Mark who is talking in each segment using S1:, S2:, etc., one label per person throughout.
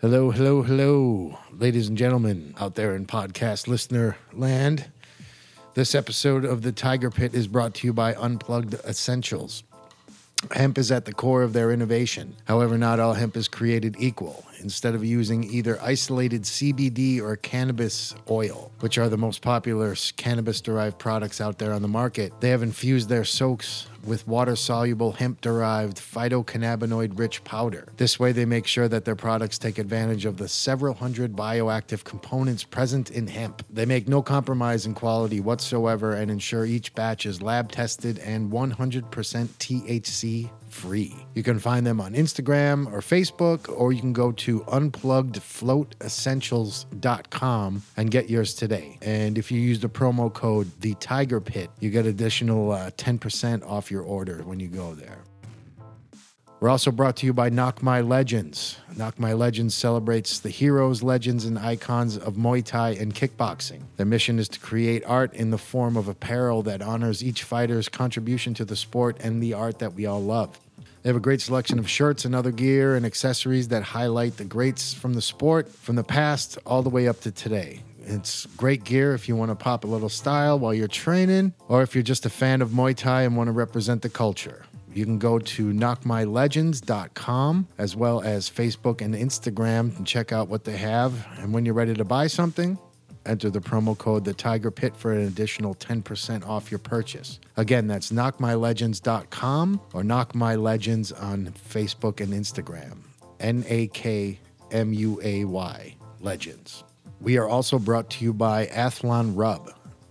S1: Hello, hello, hello, ladies and gentlemen out there in podcast listener land. This episode of The Tiger Pit is brought to you by Unplugged Essentials. Hemp is at the core of their innovation. However, not all hemp is created equal. Instead of using either isolated CBD or cannabis oil, which are the most popular cannabis derived products out there on the market, they have infused their soaks with water soluble hemp derived phytocannabinoid rich powder. This way, they make sure that their products take advantage of the several hundred bioactive components present in hemp. They make no compromise in quality whatsoever and ensure each batch is lab tested and 100% THC free. You can find them on Instagram or Facebook, or you can go to unpluggedfloatessentials.com and get yours today. And if you use the promo code the Tiger Pit, you get additional uh, 10% off your order when you go there. We're also brought to you by Knock My Legends. Knock My Legends celebrates the heroes, legends, and icons of Muay Thai and kickboxing. Their mission is to create art in the form of apparel that honors each fighter's contribution to the sport and the art that we all love. They have a great selection of shirts and other gear and accessories that highlight the greats from the sport, from the past all the way up to today. It's great gear if you want to pop a little style while you're training, or if you're just a fan of Muay Thai and want to represent the culture. You can go to knockmylegends.com as well as Facebook and Instagram and check out what they have. And when you're ready to buy something, enter the promo code the Tiger Pit for an additional 10% off your purchase. Again, that's knockmylegends.com or knockmylegends on Facebook and Instagram. N A K M U A Y Legends. We are also brought to you by Athlon Rub.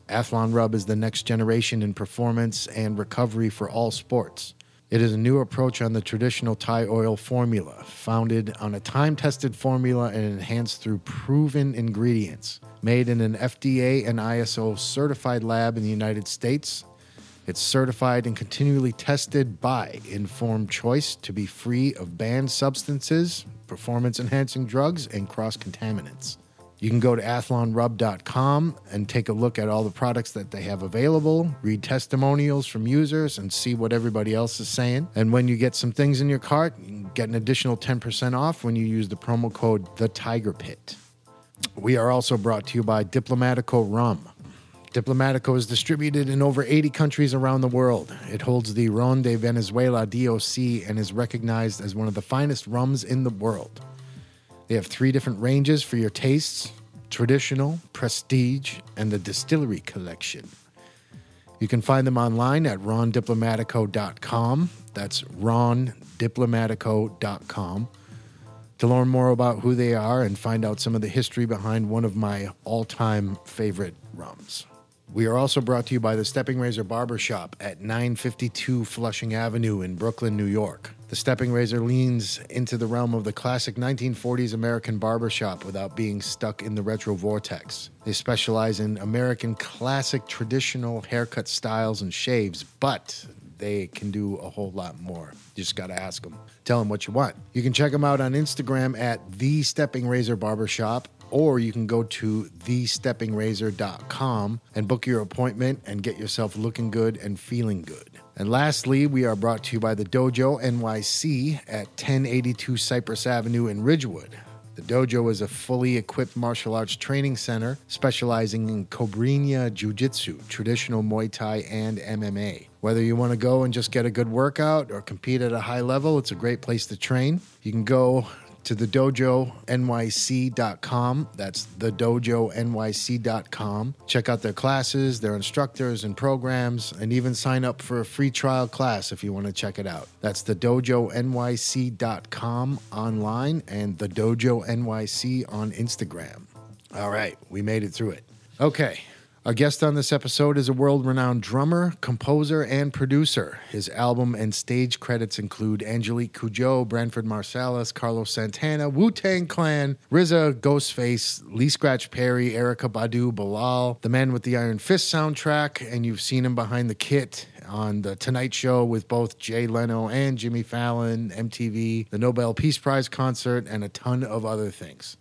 S1: Athlon Rub is the next generation in performance and recovery for all sports. It is a new approach on the traditional Thai oil formula, founded on a time tested formula and enhanced through proven ingredients. Made in an FDA and ISO certified lab in the United States, it's certified and continually tested by Informed Choice to be free of banned substances, performance enhancing drugs, and cross contaminants. You can go to athlonrub.com and take a look at all the products that they have available, read testimonials from users, and see what everybody else is saying. And when you get some things in your cart, you can get an additional 10% off when you use the promo code The Tiger Pit. We are also brought to you by Diplomatico Rum. Diplomatico is distributed in over 80 countries around the world. It holds the Ron de Venezuela DOC and is recognized as one of the finest rums in the world. They have three different ranges for your tastes traditional, prestige, and the distillery collection. You can find them online at rondiplomatico.com. That's rondiplomatico.com. To learn more about who they are and find out some of the history behind one of my all time favorite rums. We are also brought to you by the Stepping Razor Barber Shop at 952 Flushing Avenue in Brooklyn, New York. The Stepping Razor leans into the realm of the classic 1940s American barbershop without being stuck in the retro vortex. They specialize in American classic traditional haircut styles and shaves, but they can do a whole lot more. You just got to ask them. Tell them what you want. You can check them out on Instagram at The Stepping Razor Barbershop, or you can go to TheSteppingRazor.com and book your appointment and get yourself looking good and feeling good. And lastly, we are brought to you by the Dojo NYC at 1082 Cypress Avenue in Ridgewood. The dojo is a fully equipped martial arts training center specializing in Cobrinha Jiu Jitsu, traditional Muay Thai, and MMA. Whether you want to go and just get a good workout or compete at a high level, it's a great place to train. You can go to the dojonyc.com. That's the dojonyc.com. Check out their classes, their instructors and programs, and even sign up for a free trial class if you want to check it out. That's the dojonyc.com online and the dojo nyc on Instagram. All right, we made it through it. Okay. Our guest on this episode is a world renowned drummer, composer, and producer. His album and stage credits include Angelique Cujo, Branford Marsalis, Carlos Santana, Wu Tang Clan, RZA, Ghostface, Lee Scratch Perry, Erica Badu, Bilal, The Man with the Iron Fist soundtrack, and you've seen him behind the kit on The Tonight Show with both Jay Leno and Jimmy Fallon, MTV, the Nobel Peace Prize concert, and a ton of other things.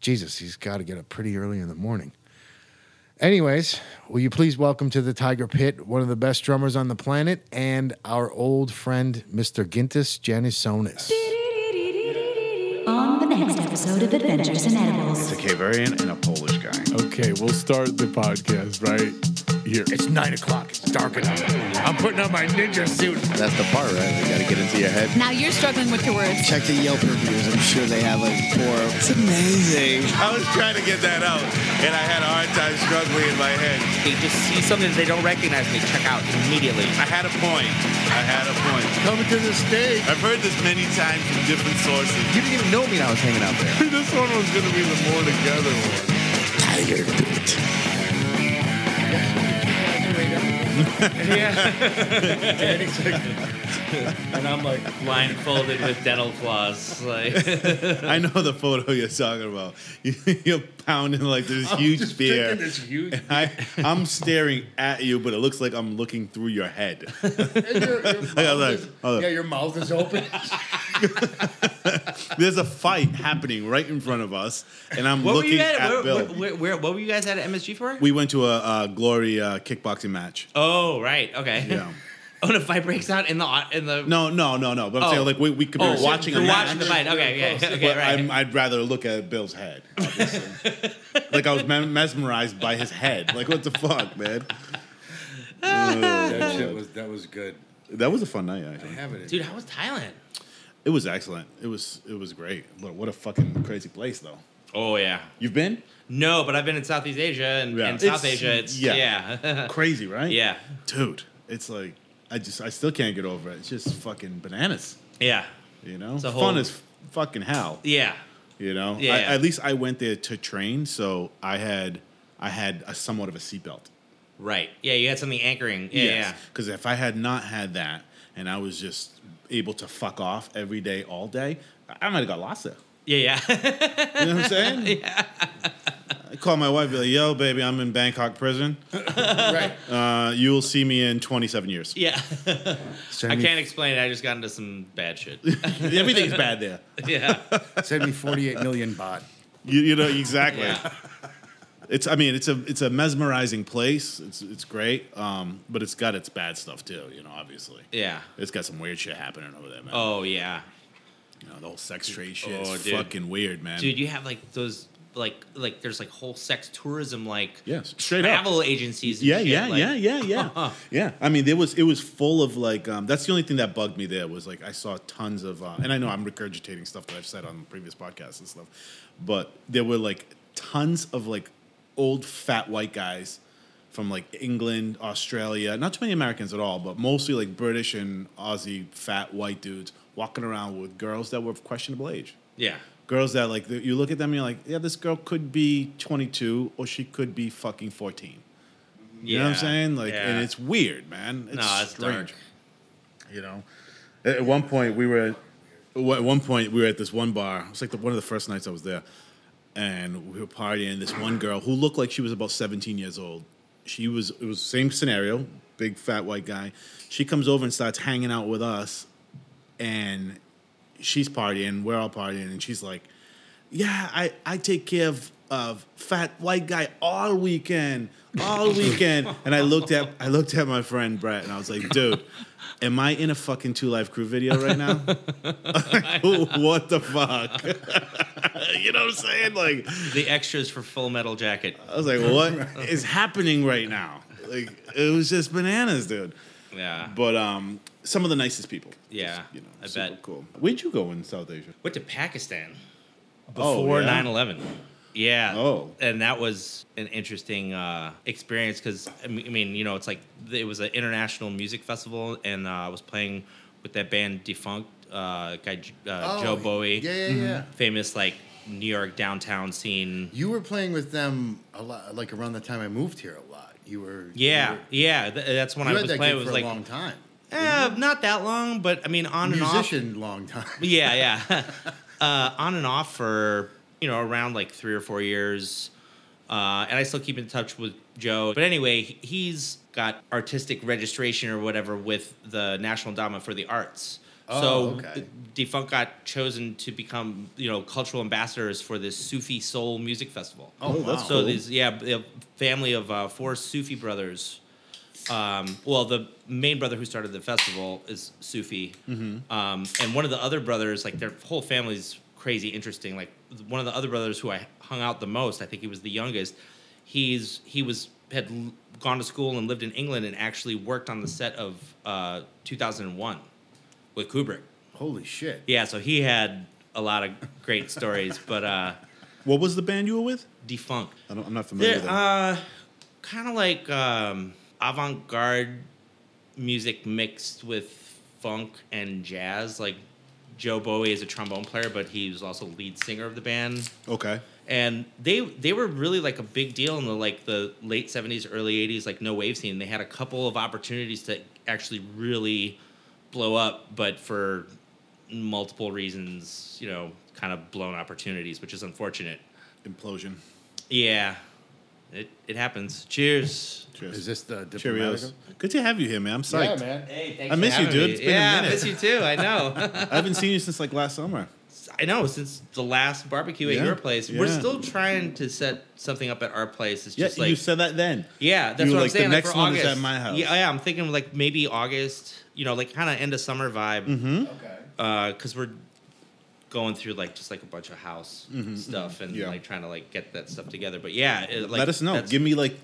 S1: Jesus, he's got to get up pretty early in the morning. Anyways, will you please welcome to the Tiger Pit one of the best drummers on the planet and our old friend, Mr. Gintis Janisonis.
S2: on the next episode of Adventures in Edibles.
S3: It's a Cavarian and a Polish guy.
S4: Okay, we'll start the podcast right here.
S5: It's nine o'clock. It's dark enough. I'm putting on my ninja suit.
S3: That's the part, right? You gotta get into your head.
S6: Now you're struggling with your words.
S7: Check the Yelp reviews. I'm sure they have like four. It's amazing.
S5: I was trying to get that out, and I had a hard time struggling in my head.
S8: They just see something that they don't recognize. They check out immediately.
S5: I had a point. I had a point.
S4: Coming to the stage.
S5: I've heard this many times from different sources.
S3: You didn't even know me when I was hanging out there.
S4: This one was gonna be the more together one.
S9: and I'm like blindfolded with dental floss. Like
S5: I know the photo you're talking about. You- You're pounding like this huge beer.
S9: drinking this huge
S5: And I, I'm staring at you, but it looks like I'm looking through your head. I was like, oh,
S4: your mouth is open.
S5: There's a fight happening right in front of us, and I'm
S9: what were
S5: looking
S9: you at?
S5: at
S9: Where,
S5: Bill.
S9: where, where, where- what were you guys at at MSG for?
S5: we went to a uh, Glory uh, kickboxing match.
S9: oh right, okay.
S5: Yeah.
S9: oh, the fight breaks out in the au- in the.
S5: No, no, no, no. But I'm
S9: Oh.
S5: saying like we, we could be
S9: so
S5: watching a
S9: you're
S5: match.
S9: watching the fight. Okay, okay, okay,
S5: but
S9: right.
S5: I'm, I'd rather look at Bill's head. obviously. like I was me- mesmerized by his head. Like what the fuck, man?
S4: that shit was that was good.
S5: That was a fun night. Actually.
S4: Have it.
S9: Dude, how was Thailand?
S5: It was excellent. It was it was great. But what a fucking crazy place though.
S9: Oh yeah.
S5: You've been
S9: No, but I've been in Southeast Asia and,
S5: Yeah.
S9: and South
S5: It's-
S9: Asia. It's
S5: yeah.
S9: yeah, Uh, yeah.
S5: crazy, right? dude. It's like I just I still can't get over it. It's just fucking bananas.
S9: yeah,
S5: You know,
S9: It's a
S5: fun
S9: whole-
S5: as fucking hell.
S9: yeah.
S5: You know,
S9: Yeah.
S5: I, at least I went there to train, so I had I had a somewhat of a seatbelt.
S9: Right. Yeah, you had something anchoring. Yeah,
S5: Because if I had not had that, and I was just able to fuck off every day, all day, I- I might have got lost there.
S9: yeah, yeah, yeah.
S5: You know what I'm saying? yeah. I call my wife, be like, "Yo, baby, I'm in Bangkok prison.
S4: Right.
S5: Uh, you will see me in 27 years.
S9: yeah.
S1: Send
S9: I
S1: me,
S9: can't explain it. I just got into some bad shit.
S5: Everything's bad there.
S9: yeah.
S1: Send me 48 million baht.
S5: You, you know exactly.
S9: Yeah.
S5: It's. I mean, it's a it's a mesmerizing place. It's it's great. Um, but it's got its bad stuff too. You know, obviously.
S9: Yeah.
S5: It's got some weird shit happening over there, man.
S9: Oh yeah.
S5: You know, the whole sex trade shit
S9: Oh,
S5: is
S9: dude.
S5: fucking weird, man.
S9: Dude, you have like those like like there's like whole sex tourism like
S5: Yes, straight up.
S9: travel agencies. and
S5: yeah,
S9: shit,
S5: yeah,
S9: like- Uh-huh.
S5: yeah, yeah, yeah, yeah. I mean, there was it was full of like. Um, that's the only thing that bugged me. There was like I saw tons of, uh, and I know I'm regurgitating stuff that I've said on previous podcasts and stuff, but there were like tons of like old fat white guys from like England, Australia. Not too many Americans at all, but mostly like British and Aussie fat white dudes walking around with girls that were of questionable age.
S9: Yeah.
S5: Girls that like you look at them, and you're like, yeah, this girl could be 22 or she could be fucking 14. You know what I'm
S9: Yeah,
S5: saying? Like, and
S9: yeah.
S5: it's weird, man. It's
S9: No, it's
S5: strange.
S9: dark.
S5: You know, at at one point we were, at at one point we were at this one bar. It's like the, one of the first nights I was there, and we were partying. This one girl who looked like she was about 17 years old. She was. It was same scenario. Big fat white guy. She comes over and starts hanging out with us, and she's partying. We're all partying, and she's like yeah, I, I take care of, of fat white guy all weekend, all weekend. and I looked at I looked at my friend Brett and I was like, dude, am I in a fucking two life crew video right now? what the fuck? you know what I'm saying? Like
S9: The extras for Full Metal Jacket.
S5: I was like, what is happening right now? Like it was just bananas, dude.
S9: Yeah.
S5: But um, some of the nicest people.
S9: Yeah,
S5: Just, you know,
S9: I
S5: super
S9: bet.
S5: Cool. Where'd you go in South Asia?
S9: Went to Pakistan
S5: Oh,
S9: before
S5: yeah?
S9: 9/11. Yeah.
S5: Oh.
S9: And that was an interesting uh, experience because I mean, I mean, you know, it's like it was an international music festival, and uh, I was playing with that band Defunct, uh, guy J- uh,
S10: Oh,
S9: Joe Bowie,
S10: Yeah, yeah, yeah.
S9: famous like New York downtown scene.
S10: You were playing with them a lot, like around the time I moved here a lot. You were
S9: Yeah,
S10: You,
S9: yeah. Th- that's when
S10: were, you
S9: I
S10: had
S9: was
S10: that
S9: playing. It
S10: gig
S9: was
S10: for
S9: like
S10: a long time.
S9: eh, not that long, but I mean, on and off.
S10: Musician, long time.
S9: Yeah, yeah. uh, on and off for you know around like three or four years, uh, and I still keep in touch with Joe. But anyway, he- he's got artistic registration or whatever with the National Endowment for the Arts.
S10: Oh,
S9: so uh,
S10: okay.
S9: Defunct got chosen to become you know cultural ambassadors for this Sufi Soul Music Festival.
S10: Oh, wow.
S9: So these, yeah, b- a family of uh, four Sufi brothers. Um, well, the main brother who started
S10: Mm-hmm.
S9: the festival is Sufi, um, and one of the other brothers, like their whole family's cra- crazy interesting. Like one of the other brothers who I hung out the most, I think he was the youngest. He's he was had l- gone to school and lived in England and actually worked on the set of uh, 2001 with Kubrick.
S10: Holy shit.
S9: Yeah, so he had a lot of great stories, but uh,
S5: What was the band you were with?
S9: defunct.
S5: I don't, I'm not familiar
S9: They're
S5: with them.
S9: uh, kind of like um, avant-garde music mixed with funk and jazz. Like Joe Bowie is a trombone player, but he was also lead singer of the band.
S5: okay.
S9: And they they were really like a big deal in the like the late seventies, early eighties, like no wave scene. They had a couple of opportunities to actually really blow up, but for multiple reasons, you know, kind of blown opportunities, which is unfortunate.
S5: Implosion.
S9: Yeah. It it happens. Cheers.
S5: Cheers.
S10: Is this the Diplomaticum?
S5: Cheerios. Good to have you here, man. I'm psyched.
S10: Yeah, man.
S9: Hey, thanks
S5: I
S9: for
S5: miss you,
S9: having
S5: dude.
S9: me.
S5: It's been a
S9: yeah, I
S5: minute.
S9: miss you too. I know.
S5: I haven't seen you since like last summer.
S9: I know. Since the last barbecue at
S5: Yeah,
S9: your place, we're
S5: yeah.
S9: still trying to set something up at our place. It's
S5: Yeah,
S9: just like
S5: you said that then.
S9: yeah, that's
S5: you were
S9: what I'm
S5: like,
S9: saying.
S5: The
S9: like,
S5: next
S9: for
S5: one
S9: August.
S5: is at my house.
S9: Yeah, yeah, I'm thinking like maybe August. You know, like kind of end of summer vibe.
S5: Mm-hmm.
S10: Okay.
S9: because we're going through like just like a bunch of house stuff and
S5: Mm-hmm, yeah.
S9: like trying to like get that stuff together. But yeah, it, like,
S5: Let us know.
S9: that's-
S5: Give me like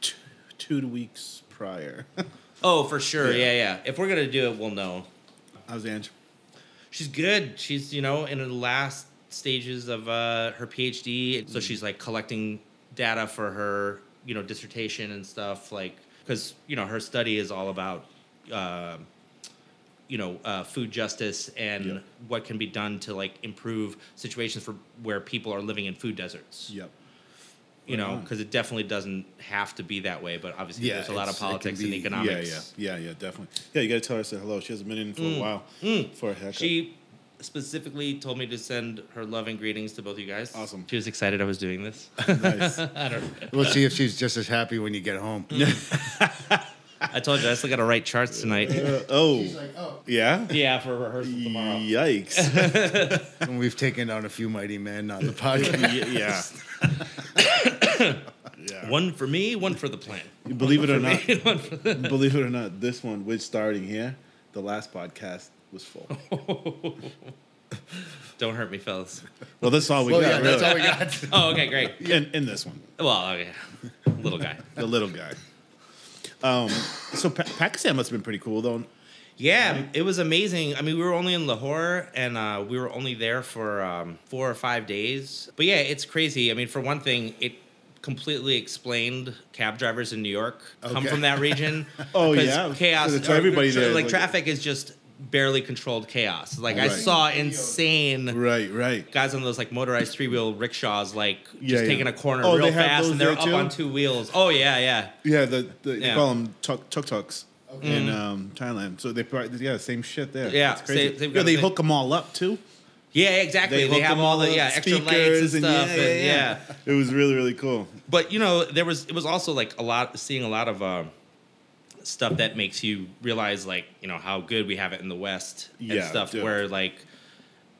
S5: two, two weeks prior.
S9: oh, for sure.
S5: Yeah.
S9: Yeah. yeah, If we're gonna do it, we'll know.
S5: How's Ange?
S9: She's good. She's you know in the last stages of uh, her PhD,
S10: Mm.
S9: so she's like collecting data for her you know dissertation and stuff like because you know her study is all about. Uh, you know uh, food justice and
S5: Yeah.
S9: what can be done to like improve situations for where people are living in food deserts
S5: Yep.
S9: you know
S5: on.
S9: because it definitely doesn't have to be that way but obviously
S10: Yeah,
S9: there's a lot
S10: it's-
S9: of
S10: it can
S9: politics and
S10: be- yeah,
S9: economics Mm.
S5: Yeah, yeah, yeah, yeah, definitely. Yeah, you gotta tell her I said hello. She hasn't been in for a while. For a haircut.
S9: she specifically told me to send her love and greetings to both you guys
S5: Awesome.
S9: she was excited i was doing this
S5: nice. Uh,
S10: We'll see if she's just as happy when you get home.
S9: i told you i still gotta write charts tonight
S5: Uh, oh.
S10: oh.
S5: yeah?
S9: yeah for rehearsal tomorrow
S5: Yikes.
S10: And we've taken down a few mighty men on the podcast.
S5: Y- yeah.
S9: one for me one for the plant
S5: Believe it or not, believe it or not, this one, which starting here, the last podcast was full.
S9: Oh. don't hurt me fellas
S5: Well, that's all we
S10: well,
S5: got,
S10: yeah,
S5: really.
S10: that's all we got.
S9: oh okay great
S5: in, in this one,
S9: well okay little guy
S5: the little guy. Um, so pa- Pakistan must have been pretty cool, though.
S9: Yeah, it was amazing. I mean, we were only in Lahore and uh, we were only there for um, four or five days. But yeah, it's crazy. I mean, for one thing, it completely explained cab drivers in New York come
S10: Okay.
S9: from that region.
S5: Oh,
S9: 'Cause
S5: yeah.
S9: chaos.
S5: That's everybody
S9: tra-
S5: there,
S9: Like
S5: like-
S9: traffic is just barely controlled chaos. Like I
S5: Right.
S9: saw insane.
S5: Right, right.
S9: Guys on those like motorized three wheel rickshaws, like just
S5: Yeah, yeah.
S9: taking a corner
S5: Oh, they
S9: real
S5: have
S9: fast, and
S5: those
S9: they're
S5: there
S9: up
S5: too?
S9: on two wheels. Oh yeah, yeah.
S5: Yeah, the, the they
S9: Yeah. Mm-hmm.
S5: call them tuk tuk tuks in um, Thailand. So they probably yeah same shit there.
S9: Yeah,
S5: it's crazy.
S9: same- same
S5: yeah,
S9: kind
S5: they
S9: of
S5: hook them all up too.
S9: Yeah, exactly. They,
S5: hook
S9: have
S5: 'em
S9: all the
S5: up,
S9: yeah extra
S5: speakers
S9: lights and stuff, and yeah.
S5: It was really really cool.
S9: but you know there was it was also like a lot seeing a lot of um, stuff that makes you realize like you know how good we have it in the west and
S5: Yeah,
S9: stuff
S5: dude.
S9: where like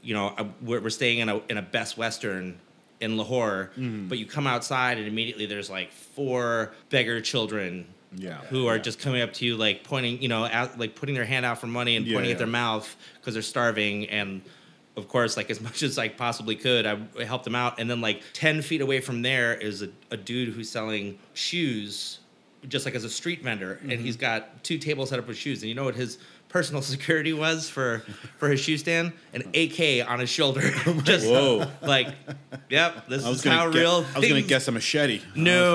S9: you know I- we're, we're staying in a in a best western in lahore
S5: Mm-hmm.
S9: but you come outside and immediately there's like four beggar children
S5: Yeah.
S9: who are just coming up to you like pointing you know out like putting their hand out for money and
S5: Yeah,
S9: pointing
S5: yeah.
S9: at their mouth because they're starving and of course like as much as i possibly could i I helped them out and then like 10 feet away from there is a, a dude who's selling shoes just like as a street vendor
S5: Mm-hmm.
S9: and he's got two tables set up with shoes and you know what his personal security was for for his shoe stand an ak on his shoulder just
S5: Whoa.
S9: like yep this
S5: I was
S9: is how
S5: gonna gue-
S9: real
S5: I was gonna
S9: things-
S5: guess a machete.
S9: no,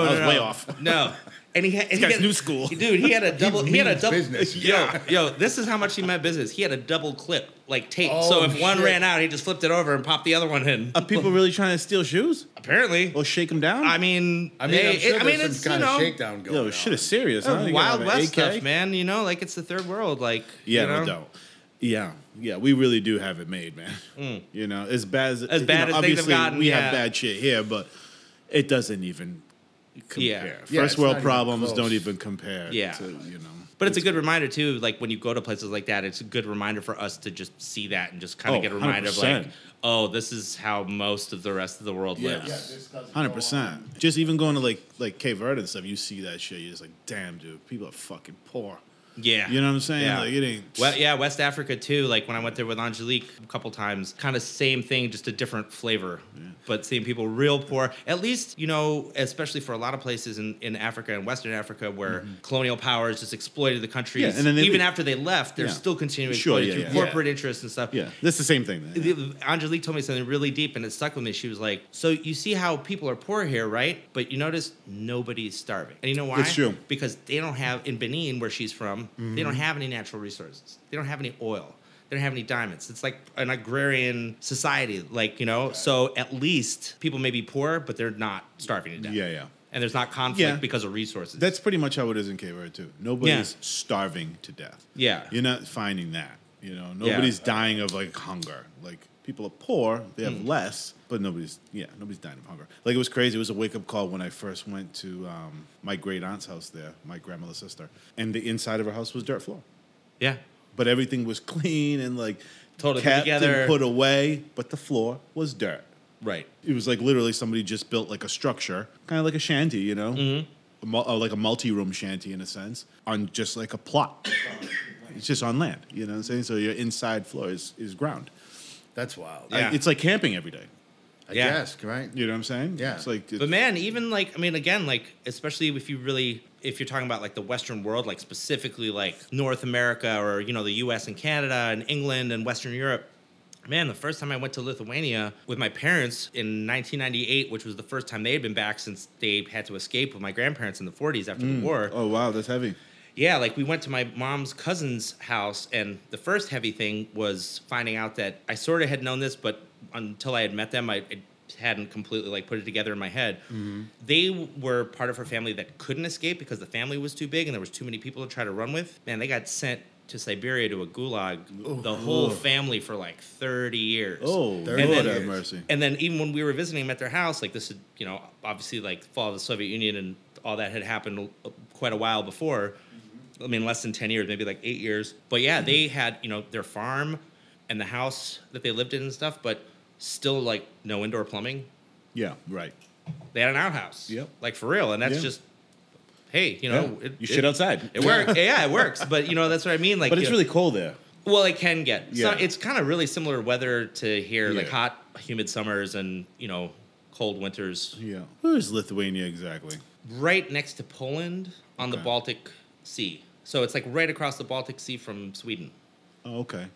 S5: I was, I was
S9: no,
S5: way
S9: no.
S5: off.
S9: No, and he had this
S5: guy's new school.
S9: dude. He had a double. He, had a
S10: means
S9: double
S10: business.
S9: Yo, yo, this is how much he meant business. He had a double clip like tape. so
S10: Oh,
S9: if one
S10: shit.
S9: ran out, he just flipped it over and popped the other one in.
S5: Are people really trying to steal shoes
S9: Apparently,
S5: or shake them down?
S9: I mean,
S10: I mean,
S9: they-
S10: I'm sure
S9: I mean,
S10: there's
S9: it's you
S10: some kind
S9: know,
S10: of shakedown going
S5: Yo,
S10: on.
S5: shit is serious.
S9: uh,
S5: huh? You gotta
S9: Wild
S5: have an
S9: West
S5: AK?
S9: stuff, man. You know, like it's the third world. Like,
S5: Yeah,
S9: you know?
S5: no doubt. Yeah, yeah, we really do have it made, man. You know, as bad as,
S9: Mm. As
S5: you
S9: bad
S5: know,
S9: as things have
S5: obviously
S9: gotten,
S5: we
S9: yeah.
S5: have bad shit here, but it doesn't even compare.
S9: Yeah,
S5: First
S10: it's not
S5: world
S10: even
S5: problems
S10: close.
S5: don't even compare.
S9: Yeah.
S5: to, you know,
S9: But it's a good reminder too. Like when you go to places like that, it's a good reminder for us to just see that and just kind of
S5: Oh,
S9: get a reminder of
S5: 100%.
S9: like, oh, this is how most of the rest of the world lives.
S5: hundred percent. Just even going to like like Cape Verde and stuff, you see that shit. You're just like, damn, dude, people are fucking poor.
S9: Yeah.
S5: You know what I'm saying?
S9: Yeah.
S5: Like it ain't.
S9: Well, yeah, West Africa too. Like when I went there with Angelique a couple times, kind of same thing, just a different flavor. But seeing people real poor, at least you know, especially for a lot of places in, in Africa and Western Africa where colonial powers just exploited the countries.
S5: Mm-hmm. Yeah, and then they leave.
S9: even after they left, they're
S5: Yeah.
S9: still continuing
S5: Sure,
S9: exploiting
S5: yeah,
S9: through
S5: yeah.
S9: corporate interests and stuff.
S5: Yeah, that's the same thing.
S9: The- Angelique told me something really deep and it stuck with me. She was like, So you see how people are poor here, right? But you notice nobody's starving. And you know why?
S5: It's true. Mm-hmm.
S9: Because they don't have, in Benin, where she's from, they don't have any natural resources. They don't have any oil. They don't have any diamonds. It's like an agrarian society, like, you know? So at least people may be poor, but they're not starving to death.
S5: Yeah, yeah.
S9: And there's not conflict
S5: Yeah.
S9: because of resources.
S5: That's pretty much how it is in Cape Verde too. Nobody's starving to death.
S9: Yeah.
S5: you're not finding that. You know,
S9: Yeah.
S5: nobody's dying of like hunger. Like people are poor, they
S9: Mm.
S5: have less, but nobody's yeah, nobody's dying of hunger. Like it was crazy. It was a wake up call when I first went to um, my great aunt's house there, my grandmother's sister, and the inside of her house was dirt floor,
S9: yeah.
S5: but everything was clean and like
S9: Totally put
S5: kept
S9: together.
S5: and put away, but the floor was dirt
S9: Right.
S5: it was like literally somebody just built like a structure, kind of like a shanty, you know,
S9: Mm-hmm.
S5: a mul- uh, like a multi-room shanty in a sense, on just like a plot. it's just on land, you know what I'm saying? So your inside floor is, is ground.
S10: That's wild.
S5: I-
S9: Yeah.
S5: it's like camping every day.
S10: I
S9: Yeah.
S10: guess, right?
S5: You know what I'm saying?
S10: Yeah.
S5: It's like
S9: But man, even like I mean, again, like especially if you really if you're talking about like the Western world, like specifically like North America or you know the U.S. and Canada and England and Western Europe. Man, the first time I went to Lithuania with my parents in 1998, which was the first time they had been back since they had to escape with my grandparents in the 40s after the war.
S5: oh wow, that's heavy.
S9: Yeah, like we went to my mom's cousin's house, and the first heavy thing was finding out that I sort of had known this, but until I had met them, I, I hadn't completely like put it together in my head. They were part of her family that couldn't escape because the family was too big and there was too many people to try to run with. Man, they got sent to Siberia to a gulag, the whole family for like thirty years.
S5: Oh,
S10: Thirty
S5: Lord
S10: years.
S5: have mercy.
S9: And then even when we were visiting them at their house, like this, had, you know, obviously like fall of the Soviet Union and all that had happened uh, quite a while before. I mean, less than ten years, maybe like eight years. But yeah, they
S5: Mm-hmm.
S9: had you know their farm and the house that they lived in and stuff, but still like no indoor plumbing.
S5: Yeah, right.
S9: They had an outhouse.
S5: Yep.
S9: Like for real, and that's
S5: Yeah.
S9: just hey, you know,
S5: Yeah.
S9: it,
S5: you
S9: it-
S5: shit outside.
S9: It works. yeah, it works. But you know, that's what I mean. Like,
S5: but
S9: you
S5: it's
S9: know-
S5: really cold there.
S9: well, it can get. It's,
S5: Yeah.
S9: not- it's kind of really similar weather to here, like
S5: Yeah.
S9: hot, humid summers and, you know, cold winters.
S5: Yeah. Where is Lithuania exactly?
S9: Right next to Poland on the
S5: Okay.
S9: Baltic Sea. So it's like right across the Baltic Sea from Sweden.
S5: Oh, okay.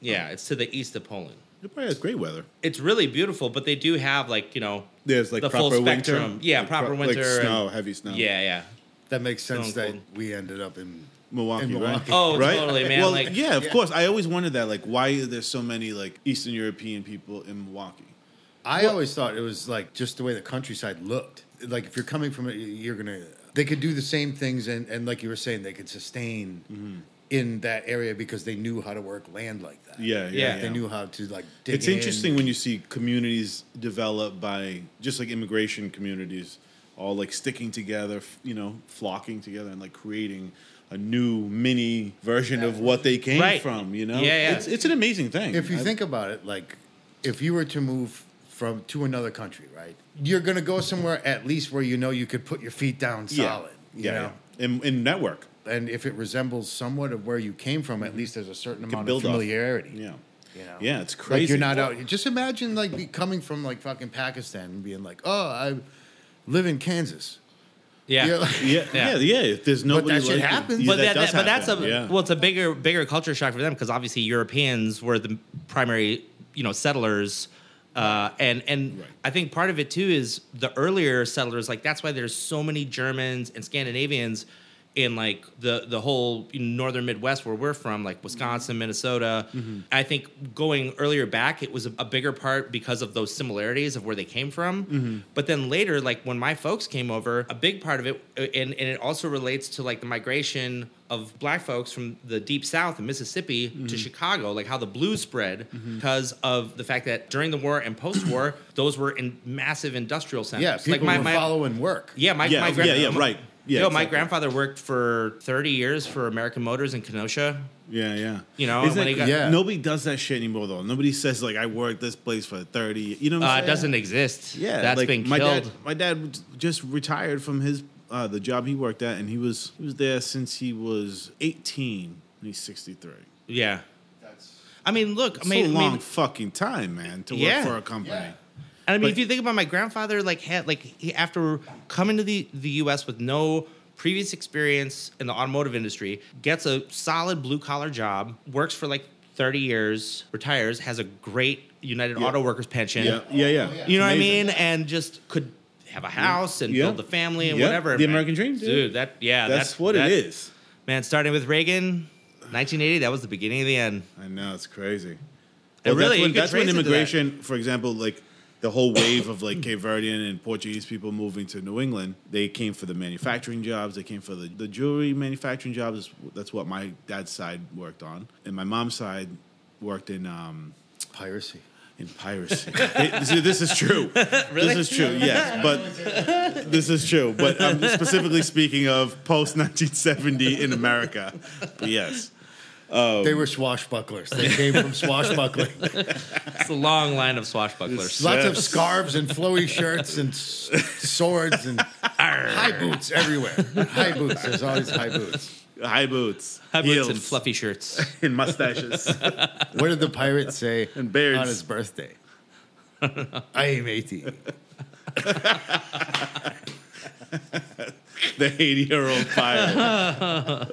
S9: Yeah,
S5: Oh.
S9: it's to the east of Poland.
S5: It probably has great weather.
S9: It's really beautiful, but they do have like, you know,
S5: There's like
S9: the
S5: proper
S9: full spectrum.
S5: winter.
S9: Yeah,
S5: Like,
S9: proper
S5: pro-
S9: winter.
S5: Like
S9: and-
S5: snow, heavy snow.
S9: Yeah, yeah.
S10: That makes sense
S9: Stone
S10: that
S9: cold.
S10: we ended up in
S5: Milwaukee,
S10: In Milwaukee.
S5: Right?
S9: Oh,
S5: Right?
S9: totally, man,
S5: Well,
S9: like-
S5: yeah, of
S10: Yeah.
S5: course. I always wondered that, like, why are there so many like Eastern European people in Milwaukee?
S10: I always thought it was like just the way the countryside looked. Like if you're coming from it, you're gonna. They could do the same things, and, and like you were saying, they could sustain
S9: Mm-hmm.
S10: in that area because they knew how to work land like that.
S5: Yeah, yeah,
S9: Yeah.
S5: yeah.
S10: they knew how to like. Dig
S5: It's interesting when you see communities develop by just like immigration communities, all like sticking together, f- you know, flocking together and like creating a new mini version of what they came
S9: Right.
S5: from. You know,
S9: Yeah, yeah.
S5: It's, it's an amazing thing.
S10: If you
S5: I-
S10: think about it, like if you were to move from to another country, right? You're gonna go somewhere at least where you know you could put your feet down
S5: yeah,
S10: solid. You
S5: yeah,
S10: know?
S5: yeah. In, in network,
S10: And if it resembles somewhat of where you came from, at least there's a certain
S5: can
S10: amount of
S5: Mm-hmm. build off.
S10: familiarity.
S5: Yeah,
S10: You know?
S5: yeah, it's crazy.
S10: Like you're not out. Just imagine like be coming from like fucking Pakistan and being like, oh, I live in Kansas.
S9: Yeah.
S10: You're like-
S5: Yeah, yeah,
S9: Yeah.
S5: yeah. if There's nobody.
S10: that shit
S5: like you-
S10: happens.
S5: yeah,
S9: but that,
S5: does
S9: that- but that's
S5: happen,
S9: a
S5: yeah.
S9: well, it's a bigger bigger culture shock for them because obviously Europeans were the primary you know settlers, uh, and and
S5: Right.
S9: I think part of it too is the earlier settlers like that's why there's so many Germans and Scandinavians in like the the whole northern Midwest where we're from like Wisconsin Minnesota. I think going earlier back it was a, a bigger part because of those similarities of where they came from. But then later like when my folks came over, a big part of it uh, and and it also relates to like the migration of black folks from the deep south in Mississippi
S5: Mm-hmm.
S9: to Chicago, like how the blues spread because of the fact that during the war and post-war, those were in massive industrial centers.
S10: Yeah, people
S9: like my,
S10: were
S9: my
S10: following work.
S9: yeah, my
S5: Yeah,
S9: my
S5: yeah,
S9: grand-
S5: yeah, right. Yeah,
S9: yo, my
S5: exactly.
S9: grandfather worked for 30 years for American Motors in Kenosha.
S5: Yeah, yeah.
S9: You know,
S5: Isn't
S9: when
S5: it-
S9: he got-
S10: Yeah.
S5: nobody does that shit anymore though. Nobody says like I worked this place for thirty. You know, what
S9: Uh,
S5: I'm
S9: it
S5: saying?
S9: doesn't exist.
S5: Yeah,
S9: that's
S5: like,
S9: been
S5: my
S9: killed.
S5: Dad, my dad j- just retired from his uh, the job he worked at, and he was he was there since he was 18, and he's 63.
S9: Yeah. I mean, look, I
S5: It's a
S9: mean, I mean-
S5: long fucking time, man, to
S9: Yeah.
S5: work for a company.
S9: And I mean,
S5: But-
S9: if you think about my grandfather, like had like he, after coming to the the U.S. with no previous experience in the automotive industry, gets a solid blue collar job, works for like thirty years, retires, has a great United Auto Workers pension.
S5: Yeah, yeah, yeah.
S9: You know what I
S5: Amazing.
S9: mean? And just could have a house and
S5: Yeah.
S9: build a family and
S5: Yeah.
S9: whatever.
S5: The
S9: man.
S5: American dream, dude.
S9: That yeah,
S5: That's, what
S9: that-
S5: it is.
S9: Man, starting with Reagan, 1980. That was the beginning of the end.
S5: I know it's crazy.
S9: It
S5: Well,
S9: really-
S5: that's
S9: you
S5: when,
S9: could
S5: that's when
S9: trace it to that.
S5: immigration, for example, like the whole wave of like Cape Verdean and Portuguese people moving to New England, they came for the manufacturing jobs. They came for the, the jewelry manufacturing jobs. That's what my dad's side worked on, and my mom's side worked in um,
S10: Piracy.
S5: in piracy. It- see, this is true. This is true. Yes, but this is true. But I'm specifically speaking of post 1970 in America. But yes, Oh.
S10: They were swashbucklers. They came from swashbuckling.
S9: It's a long line of swashbucklers.
S10: Lots of scarves and flowy shirts and s- swords and high boots everywhere. High boots. There's always high boots.
S5: high boots,
S9: High boots and
S5: heels.
S9: fluffy shirts.
S5: and mustaches.
S10: What did the pirate say
S5: And beards.
S10: on his birthday? I am 18.
S5: the 80 year old pirate.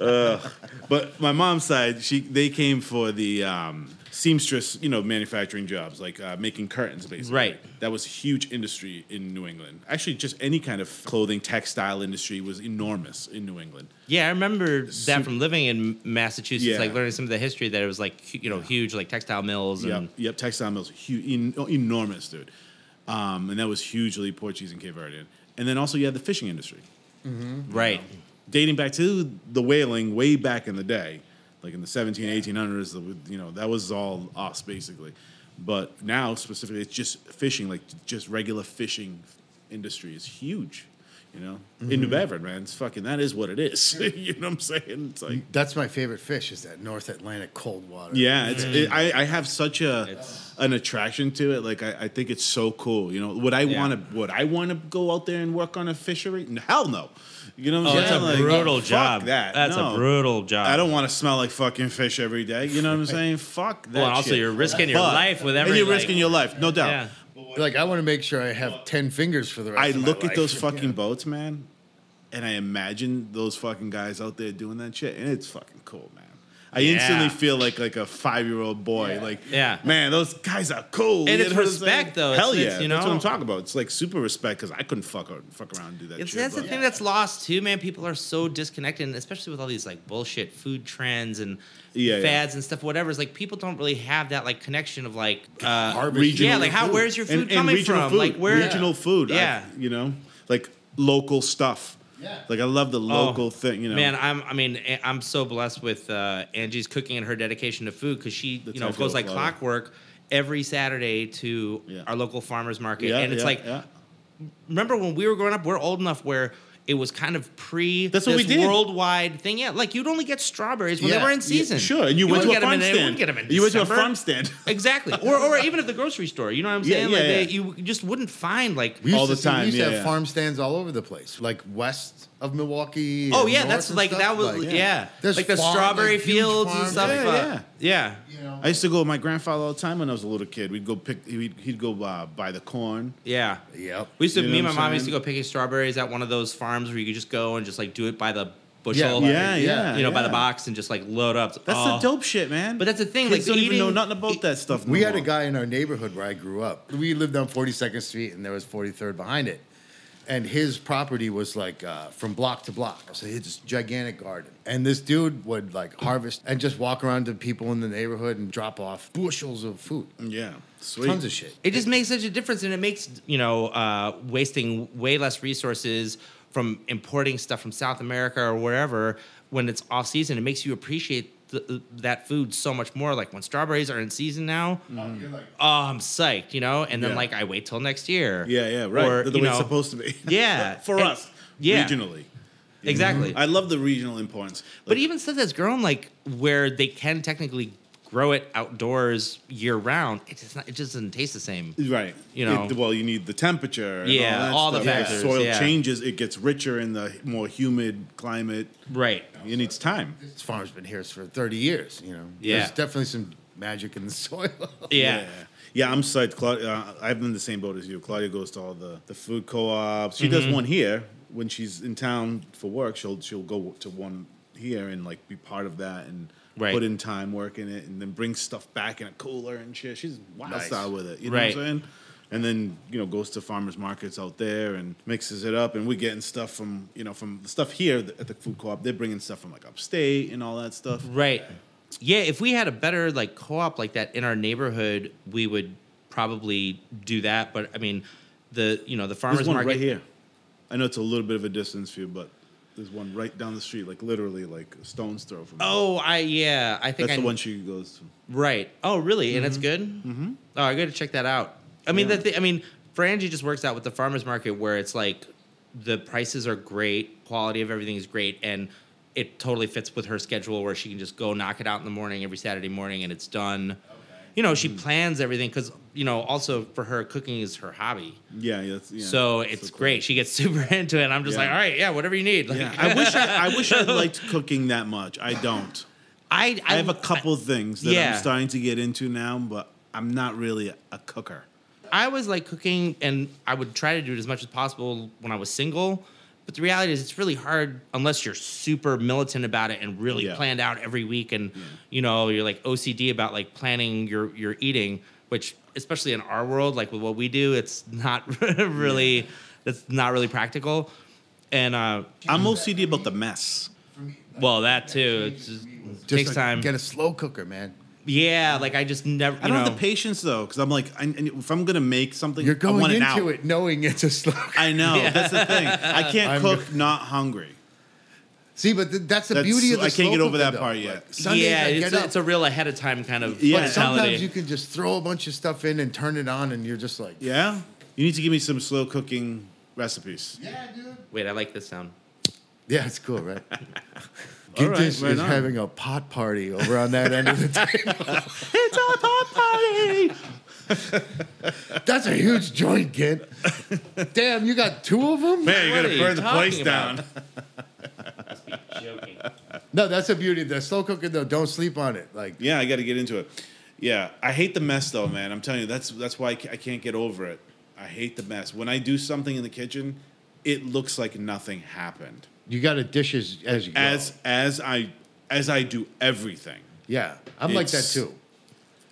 S5: Ugh. But my mom's side, she they came for the um, seamstress, you know, manufacturing jobs, like uh, making curtains, basically.
S9: Right.
S5: That was a huge industry in New England. Actually, just any kind of clothing, textile industry was enormous in New England.
S9: Yeah, I remember that from living in Massachusetts,
S5: Yeah.
S9: like learning some of the history that it was like hu- you know huge like textile mills
S5: Yep,
S9: and
S5: yep. Textile mills, huge, en- enormous, dude. Um, and that was hugely Portuguese and Cape Verdean. And then also you had the fishing industry.
S9: right.
S5: dating back to the whaling way back in the day, like in the 17, 1800s, the- you know, that was all us basically. But now specifically, it's just fishing, like just regular fishing industry is huge, you know, in New
S9: Mm-hmm.
S5: Bedford, man. It's fucking, that is what it is. you know what I'm saying? It's like,
S10: That's my favorite fish is that North Atlantic cold water.
S5: yeah, it's, it, I, I have such a,
S9: It's-
S5: an attraction to it. Like, I, I think it's so cool. You know, would I
S9: Yeah.
S5: want to, would I want to go out there and work on a fishery? Hell no. You know what
S9: Oh,
S5: I'm
S9: that's
S5: saying?
S9: a
S5: Like,
S9: brutal
S5: fuck
S9: job.
S5: That.
S9: That's
S5: No.
S9: a brutal job.
S5: I don't want to smell like fucking fish every day. You know what I'm saying? Fuck that.
S9: Well, and also
S5: shit.
S9: you're risking your
S5: But-
S9: life with
S5: And
S9: every,
S5: you're
S9: like-
S5: risking your life, no doubt.
S9: Yeah.
S10: Like I want to make sure I have ten fingers for the rest.
S5: I
S10: of my
S5: look at
S10: life.
S5: those fucking boats, man, and I imagine those fucking guys out there doing that shit, and it's fucking cool, man. I instantly
S9: Yeah.
S5: feel like like a five year old boy. Like,
S9: Yeah.
S5: man, those guys are cool.
S9: And
S5: You
S9: it's
S5: know what I'm saying?
S9: respect, though. It's-
S5: Hell yeah,
S9: it's, you
S5: that's what I'm
S9: know-
S5: talking about. It's like super respect because I couldn't fuck or, fuck around and do that.
S9: It's,
S5: shit,
S9: that's the
S5: but-
S9: thing that's lost too, man. People are so disconnected, and especially with all these like bullshit food trends and
S5: Yeah, yeah.
S9: fads and stuff. Whatever, it's like people don't really have that like connection of like uh,
S5: regional
S9: Yeah, like how
S5: food.
S9: where's your food
S5: and, and
S9: coming
S5: regional
S9: from?
S5: Food.
S9: Like where
S5: regional food? I-
S9: Yeah.
S5: you know, like local stuff. Yeah, like I love the local
S9: Oh,
S5: thing. You know,
S9: man, I'm I mean A- I'm so blessed with uh, Angie's cooking and her dedication to food because she
S5: The
S9: you know
S5: Tokyo
S9: goes like
S5: Flower.
S9: clockwork every Saturday to
S5: Yeah.
S9: our local farmers market,
S5: Yeah,
S9: and it's
S5: yeah,
S9: like
S5: yeah.
S9: remember when we were growing up, we're old enough where. It was kind of pre
S5: That's what
S9: this
S5: we did.
S9: worldwide thing. Yeah, like you'd only get strawberries when they
S10: Yeah,
S9: were in
S10: yeah,
S9: season.
S5: sure, and you, went to a
S9: wouldn't get
S5: farm
S9: 'em in-
S5: stand.
S9: You, wouldn't get 'em in
S5: you went to a
S9: December.
S5: farm stand.
S9: Exactly, or, or even at the grocery store. You know what I'm
S5: Yeah,
S9: saying?
S5: yeah,
S9: like They,
S5: yeah.
S9: you just wouldn't find like
S10: We used
S5: all
S10: to
S5: the
S10: see-
S5: time,
S10: We used
S5: yeah,
S10: to have
S5: yeah.
S10: farm stands all over the place, like west of Milwaukee.
S9: Oh
S10: and
S9: yeah,
S10: north
S9: that's
S10: and
S9: like
S10: stuff,
S9: that was yeah,
S10: There's
S9: like the
S10: farm-
S9: strawberry
S10: like, huge
S9: fields and
S10: farms.
S9: stuff.
S5: Yeah,
S9: uh,
S5: yeah.
S9: yeah.
S5: I used to go with my grandfather all the time when I was a little kid. We'd go pick. He'd, he'd go uh, buy the corn.
S9: yeah.
S10: Yep.
S9: We used to,
S5: You know
S9: me and
S5: what
S9: my
S5: I'm
S9: mom used to
S5: saying?
S9: go picking strawberries at one of those farms where you could just go and just like do it by the bushel,
S5: Yeah,
S10: Yeah,
S5: yeah.
S9: you know, by the
S5: yeah.
S9: box and just like load up.
S5: That's
S9: Oh.
S5: the dope shit, man.
S9: But that's the thing,
S5: Kids
S9: like,
S5: don't even know
S9: eating-
S5: nothing about that stuff.
S10: We
S5: no
S10: had a
S5: more.
S10: guy in our neighborhood where I grew up. We lived on 42nd Street, and there was 43rd behind it. And his property was like uh, from block to block. So he had this gigantic garden. And this dude would like harvest and just walk around to people in the neighborhood and drop off bushels of food.
S5: Yeah, sweet.
S10: Tons of shit.
S9: It just makes such a difference, and it makes you know uh, wasting way less resources from importing stuff from South America or wherever when it's off season. It makes you appreciate. th that food so much more like when strawberries are in season now oh i'm psyched you know and then
S5: Yeah.
S9: like i wait till next year
S5: Yeah, yeah, right.
S9: Or,
S5: the
S9: you
S5: way it's
S9: know,
S5: supposed to be.
S9: yeah.
S5: for
S9: And-
S5: us,
S9: yeah.
S5: regionally.
S9: exactly
S5: Mm-hmm. I love the regional importance.
S9: but even stuff that's grown like where they can technically grow it outdoors year round, it just not, it just doesn't taste the same.
S5: Right.
S9: You know.
S5: It- well, you need the temperature. and
S9: Yeah, all
S5: all,
S9: the
S5: that stuff. As
S9: factors,
S5: Soil
S9: yeah.
S5: changes. It gets richer in the more humid climate.
S9: Right.
S5: It needs time.
S10: This farm's been here for 30 years, you know.
S9: Yeah.
S10: There's definitely some magic in the soil.
S9: Yeah.
S5: Yeah, I'm psyched. Claudia, uh, I've been in the same boat as you. Claudia goes to all the, the food co-ops. She
S9: Mm-hmm.
S5: does one here when she's in town for work. She'll she'll go to one here and like be part of that and
S9: Right.
S5: put in time, work in it, and then bring stuff back in a cooler and shit. She's wild
S10: Nice.
S5: style with it. You know
S9: Right.
S5: what I'm saying? And then you know goes to farmers markets out there and mixes it up, and we're getting stuff from you know from the stuff here at the food co-op. They're bringing stuff from like upstate and all that stuff.
S9: Right. Yeah, if we had a better like co-op like that in our neighborhood, we would probably do that. But I mean, the you know the farmers
S5: There's one
S9: market
S5: right here. I know it's a little bit of a distance for you, but there's one right down the street, like literally like a stone's throw from.
S9: Oh, I yeah, I think
S5: that's
S9: I,
S5: the one she goes to.
S9: Right. Oh, really? And it's good. Mm-hmm. Oh, I got to check that out. I mean, the thi- I mean, Frangie just works out with the farmers market where it's like the prices are great, quality of everything is great, and it totally fits with her schedule where she can just go knock it out in the morning every Saturday morning and it's done. You know,
S5: Mm-hmm.
S9: she plans everything because you know also for her cooking is her hobby.
S5: Yeah, yeah, that's, yeah.
S9: So
S5: that's
S9: it's
S5: cool.
S9: great. She gets super into it. And I'm just
S5: Yeah.
S9: like, all right, yeah, whatever you need. Like,
S5: Yeah, I wish I, I wish I liked cooking that much. I don't.
S9: I,
S5: I have a couple things that
S9: yeah.
S5: I'm starting to get into now, but I'm not really a cooker.
S9: I was like cooking, and I would try to do it as much as possible when I was single. But the reality is, it's really hard unless you're super militant about it and really
S5: Yeah.
S9: planned out every week, and you know you're like OCD about like planning your your eating, which especially in our world, like with what we do, it's not really that's not really practical. And uh,
S5: I'm OCD about the mess.
S9: well, that too it's just,
S10: Just
S9: takes
S10: like,
S9: time.
S10: Get a slow cooker, man.
S9: yeah, like I just never. You
S5: I don't
S9: know,
S5: have the patience though, because I'm like, I, and if I'm gonna make something,
S10: You're
S5: I
S10: going
S5: want
S10: into
S5: it, now.
S10: it knowing it's a slow cooker.
S5: I know that's the thing. I can't
S10: I'm
S5: cook not hungry.
S10: See, but th- that's the
S5: That's-
S10: beauty of the
S5: I can't
S10: slow
S5: get over
S10: cooker,
S5: that
S10: though.
S5: part yet.
S10: Like, Sundays
S9: yeah,
S10: I
S9: it's
S10: get
S9: a,
S10: up,
S9: it's a real ahead of time kind of
S5: Yeah.
S9: yeah.
S10: but sometimes
S9: mentality.
S10: you can just throw a bunch of stuff in and turn it on, and you're just like,
S5: Yeah, you need to give me some slow cooking recipes.
S9: Wait, I like this sound.
S10: yeah, it's cool, right?
S5: All
S10: Get
S5: right,
S10: this
S5: right
S10: is
S5: on.
S10: having a pot party over on that end of the table.
S9: It's a pop party.
S10: That's a huge joint, kid. Damn, you got two of them?
S5: Man, you
S9: What
S5: gotta
S9: are you
S5: burn the
S9: talking
S5: place
S9: about?
S5: down.
S10: No, that's the beauty. The slow cooking though, don't sleep on it. Like
S5: Yeah, I gotta get into it. Yeah, I hate the mess though, man. I'm telling you, that's that's why I ca- I can't get over it. I hate the mess. When I do something in the kitchen, it looks like nothing happened.
S10: you got to dishes as you go.
S5: As as I as I do everything,
S10: yeah, I'm like that
S5: It's-
S10: too.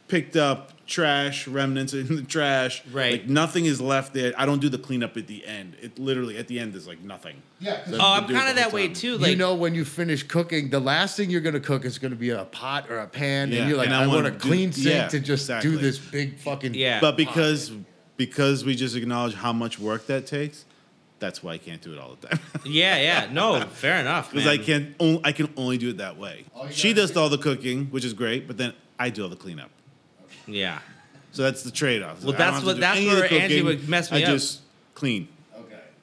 S5: picked up trash, remnants in the trash.
S9: Right.
S5: like nothing is left there. I don't do the cleanup at the end. It literally at the end is like nothing.
S10: Yeah, 'cause
S5: So
S9: Oh,
S5: I've
S9: I'm
S5: been doing it
S9: kind of
S5: the
S9: that
S5: whole
S9: way
S5: time.
S9: too. Like,
S10: you know, when you finish cooking, the last thing you're gonna cook is gonna be a pot or a pan,
S5: Yeah,
S10: and you're like,
S5: and I
S10: I, want
S5: wanna do-
S10: a clean sink
S5: yeah,
S10: to just
S5: exactly.
S10: do this big fucking
S9: Yeah.
S5: But because because we just acknowledge how much work that takes, that's why I can't do it all the time.
S9: yeah, yeah, no, fair enough.
S5: Because
S9: man.
S5: I can only I can only do it that way. She does all the cooking, which is great, but then I do all the cleanup.
S9: Yeah,
S5: So that's the trade off.
S9: Well, that's what- that's where Angie would mess me
S5: I
S9: up.
S5: just clean.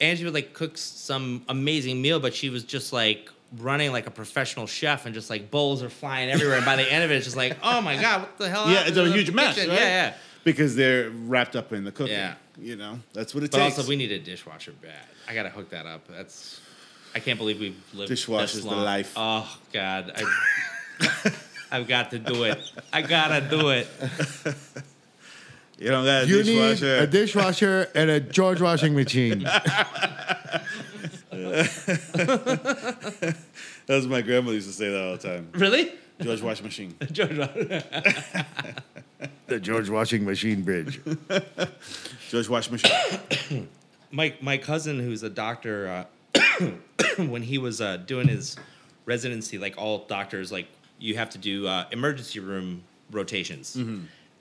S9: Angie would like cook some amazing meal, but she was just like running like a professional chef, and just like bowls are flying everywhere. and by the end of it, it's just like, oh my god, what the hell?
S5: yeah,
S9: happened
S5: it's
S9: to
S5: a
S9: the
S5: huge mess,
S9: kitchen?
S5: right?
S9: Yeah, yeah.
S5: Because they're wrapped up in the cooking.
S9: Yeah.
S5: You know, that's what it
S9: But
S5: takes.
S9: also, we need a dishwasher bad. I gotta hook that up. That's I can't believe we've lived this
S5: Dishwasher's the
S9: long.
S5: life.
S9: Oh God, I, I've got to do it. I gotta do it.
S5: you know, that
S10: You need
S5: dishwasher.
S10: a dishwasher and a George washing machine.
S5: that was my grandma used to say that all the time.
S9: Really?
S5: George wash machine.
S10: the George washing machine bridge.
S5: George wash machine.
S9: my my cousin who's a doctor uh, when he was uh, doing his residency like all doctors like you have to do uh, emergency room rotations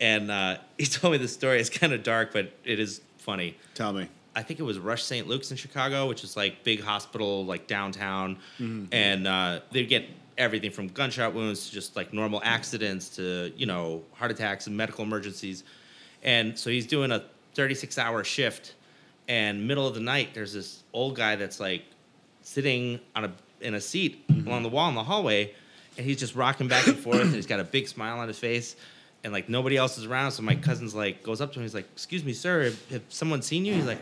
S9: and uh, he told me this story it's kind of dark but it is funny
S5: Tell me.
S9: I think it was Rush St. Luke's in Chicago, which is like big hospital, like downtown, and uh, they get everything from gunshot wounds to just like normal accidents to you know heart attacks and medical emergencies. And so he's doing a 36 hour shift, and middle of the night there's this old guy that's like sitting on a in a seat along the wall in the hallway, and he's just rocking back and forth, and he's got a big smile on his face, and like nobody else is around. So my cousin's like goes up to him, he's like, "Excuse me, sir, have, have someone seen you?" He's like,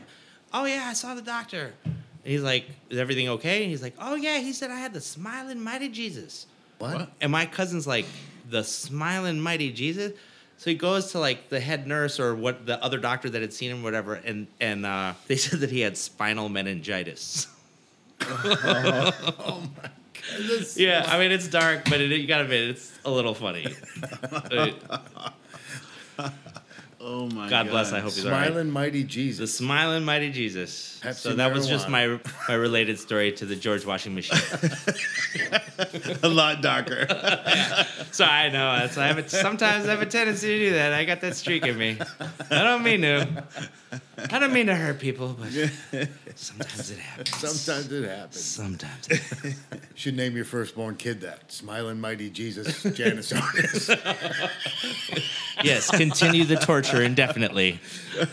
S9: "Oh yeah, I saw the doctor." And he's like, "Is everything okay?" And he's like, "Oh yeah," he said, "I had the smiling mighty Jesus."
S10: What?
S9: And my cousin's like, the smiling mighty Jesus. So he goes to like the head nurse or what the other doctor that had seen him, whatever, and and uh, they said that he had spinal meningitis.
S10: Oh,
S9: yeah, I mean it's dark, but it, you gotta admit it's a little funny. Uh,
S5: Oh my
S9: God bless. I hope he's all right.
S10: Smiling mighty
S9: The
S10: Jesus.
S9: smiling mighty Jesus.
S10: Pepsi
S9: so that was just my
S10: marijuana.
S9: my related story to the George washing machine.
S5: a lot darker.
S9: So I know. It's, I have a, sometimes I have a tendency to do that. I got that streak in me. I don't mean to. I don't mean to hurt people, but sometimes it happens.
S10: Sometimes it happens.
S9: Sometimes. It happens.
S10: Should name your firstborn kid that. Smiling mighty Jesus Janus Artist.
S9: Yes. Continue the torture indefinitely.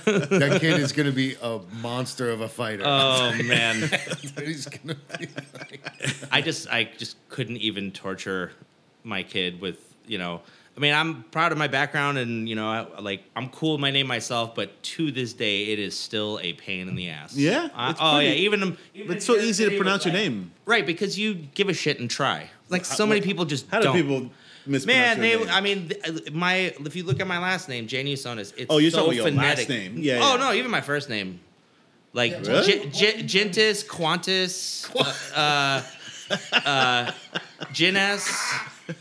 S10: that kid is going to be a monster of a fighter.
S9: Oh man,
S10: He's gonna be like,
S9: I just I just couldn't even torture my kid with you know. I mean, I'm proud of my background, and you know, I, like I'm cool with my name myself, but to this day, it is still a pain in the ass.
S5: Yeah,
S9: I-
S5: it's
S9: oh yeah.
S5: pretty-
S9: Even, even
S5: It's so easy to pronounce your name.
S9: Right, because you give a shit and try. Like so many people just
S5: How do
S9: don't.
S5: people mispronounce
S9: Man, they.
S5: your name?
S9: I mean, th- uh, my. If you look at my last name, Jane Usonis, it's
S5: Oh, you're
S9: so
S5: talking about your last
S9: phonetic.
S5: name. Yeah,
S9: Oh
S5: yeah.
S9: no, even my first name, like
S5: Really?
S9: Gen- Gen- Gentis, Quantis, uh, uh, Genes,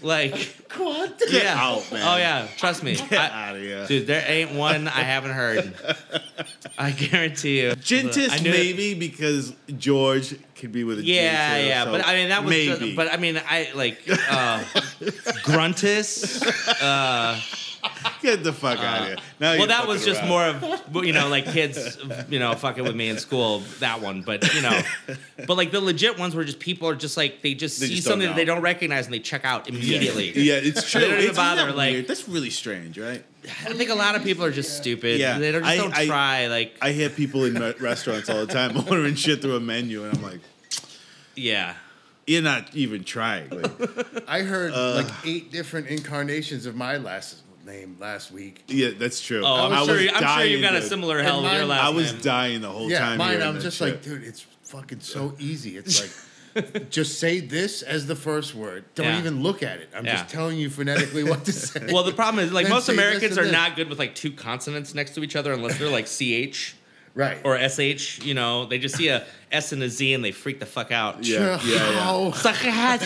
S9: like.
S5: Get
S9: Yeah.
S5: out, man.
S9: Oh yeah, trust me. I-
S5: outta here.
S9: Dude, there ain't one I haven't heard. I guarantee you. I
S5: Gentis
S9: knew it-
S5: maybe because George could be with a G,
S9: yeah,
S5: too,
S9: yeah,
S5: so
S9: but I mean that was.
S5: maybe.
S9: the- but I mean I like uh, Gruntus.
S5: get the fuck out of here. Now
S9: Uh, Well,
S5: you're
S9: that was
S5: fucking
S9: just
S5: around.
S9: more of you know like kids you know fucking with me in school that one, but you know, but like the legit ones were just people are just like they just
S5: They
S9: see
S5: just don't
S9: something that they
S5: know.
S9: don't recognize and they check out
S5: Yeah.
S9: immediately.
S5: Yeah, it's true.
S9: They don't even
S5: It's- isn't
S9: bother,
S5: that
S9: like-
S5: weird? that's really strange, right?
S9: I think a lot of people are just stupid.
S5: Yeah.
S9: they don't, just
S5: I-
S9: don't
S5: I-
S9: try. Like
S5: I hear people in re- restaurants all the time ordering shit through a menu, and I'm like,
S9: yeah,
S5: you're not even trying. Like,
S10: I heard like eight different incarnations of my last name last week.
S5: yeah, that's true.
S9: oh, I'm
S5: I
S9: sure.
S5: was
S9: you- I'm sure you've
S5: dying,
S9: got a
S5: dude.
S9: similar hell with your
S10: mine-
S9: last
S5: I was
S9: name.
S5: dying the whole
S10: Yeah,
S5: time.
S10: mine.
S5: hearing
S10: I'm
S5: that
S10: just
S5: shit.
S10: like, dude, it's fucking so easy. It's like, just say this as the first word. Don't
S9: Yeah.
S10: even look at it. I'm
S9: Yeah.
S10: just telling you phonetically what to say.
S9: Well, the problem is like
S10: Then
S9: most
S10: say this
S9: Americans
S10: and
S9: are
S10: this.
S9: not good with like two consonants next to each other unless they're like CH
S10: right.
S9: or SH. You know, they just see a S and a Z and they freak the fuck out.
S5: yeah, yeah, yeah.
S10: How-
S9: Sakahat.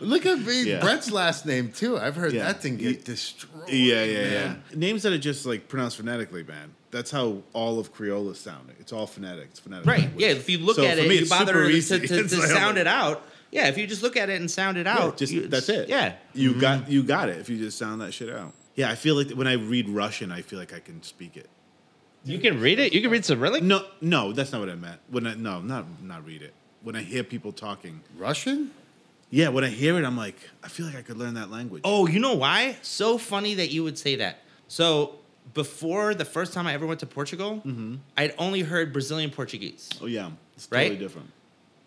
S10: Look at me,
S5: Yeah.
S10: Brett's last name too. I've heard
S5: Yeah.
S10: that thing
S5: Ye-
S10: get destroyed.
S5: Yeah, yeah,
S10: man.
S5: yeah. Names that are just like pronounced phonetically, man. That's how all of Creole is sounding. It's all phonetic. It's phonetic.
S9: right.
S5: language.
S9: Yeah. If you look
S5: So
S9: at
S5: for
S9: it,
S5: me,
S9: you
S5: it's
S9: bother
S5: super
S9: to,
S5: easy.
S9: to, to
S5: It's like, I'm
S9: sound
S5: like,
S9: it out. Yeah, if you just look at it and sound it
S5: yeah,
S9: out,
S5: just
S9: you-
S5: that's it.
S9: Yeah. Mm-hmm.
S5: you got you got it. If you just sound that shit out. Yeah, I feel like when I read Russian, I feel like I can speak it.
S9: You can read it. You can read Cyrillic.
S5: No, no, that's not what I meant. When I no, not not read it. When I hear people talking,
S10: Russian?
S5: yeah, when I hear it, I'm like, I feel like I could learn that language.
S9: Oh, you know why? So funny that you would say that. So before the first time I ever went to Portugal,
S5: Mm-hmm.
S9: I'd only heard Brazilian Portuguese.
S5: Oh, yeah, it's
S9: Right?
S5: totally different.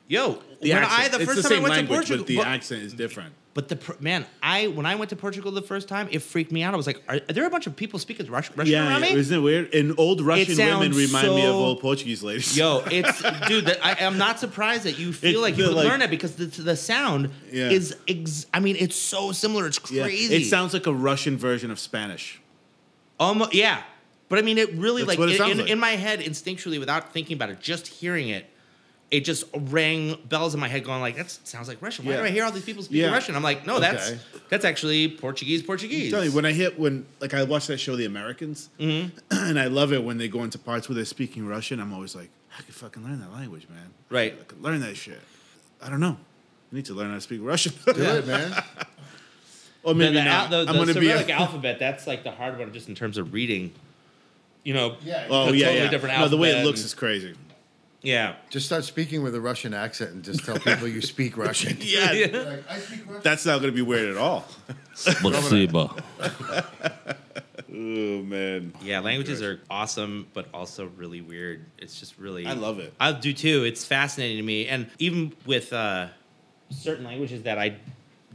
S9: Yo,
S5: The
S9: when
S5: accent-
S9: I the
S5: it's the
S9: first time I
S5: same
S9: went
S5: language,
S9: to Portugal,
S5: but the
S9: well,
S5: accent is different.
S9: But the pr- man, I when I went to Portugal the first time, it freaked me out. I was like, "Are, are there a bunch of people speaking Russian, Russian
S5: Yeah,
S9: around me?"
S5: isn't it weird? And old Russian women
S9: sounds
S5: remind me of
S9: so-
S5: old Portuguese ladies.
S9: Yo, it's dude. That, I, I'm not surprised that you feel
S5: It's
S9: like you
S5: the,
S9: would
S5: like-
S9: learn it because the, the sound
S5: Yeah.
S9: is. Ex- I mean, it's so similar. It's
S5: Yeah,
S9: crazy.
S5: It sounds like a Russian version of Spanish.
S9: almost yeah. But I mean, it really
S5: That's
S9: like,
S5: what it
S9: in-
S5: sounds
S9: in,
S5: like.
S9: in my head instinctually without thinking about it, just hearing it, it just rang bells in my head, going like, "That sounds like Russian." Why
S5: Yeah.
S9: do I hear all these people speaking
S5: Yeah.
S9: Russian? I'm like, no, that's
S10: Okay.
S9: that's actually Portuguese. Portuguese.
S5: Tell you when I hit when like I watch that show The Americans,
S9: Mm-hmm.
S5: and I love it when they go into parts where they're speaking Russian. I'm always like, I could fucking learn that language, man.
S9: Right.
S5: I could learn that shit. I don't know. I need to learn how to speak Russian.
S10: Do it, man.
S5: or
S9: The-
S5: maybe
S9: the,
S5: not.
S9: The, the
S5: I'm gonna be.
S9: Cyrillic
S5: a-
S9: alphabet. That's like the hard one, just in terms of reading. You know.
S10: Yeah.
S5: oh
S9: the
S5: yeah,
S9: totally
S5: yeah.
S9: different
S5: no, the way
S9: alphabet
S5: it looks
S9: and-
S5: is crazy.
S9: Yeah.
S10: Just start speaking with a Russian accent and just tell people you speak Russian.
S5: Yeah,
S10: Like, I speak Russian.
S5: that's not gonna be weird at all. Oh man.
S9: Yeah, languages are awesome, but also really weird. It's just really
S5: I love it.
S9: I do too. It's fascinating to me, and even with uh, certain languages that I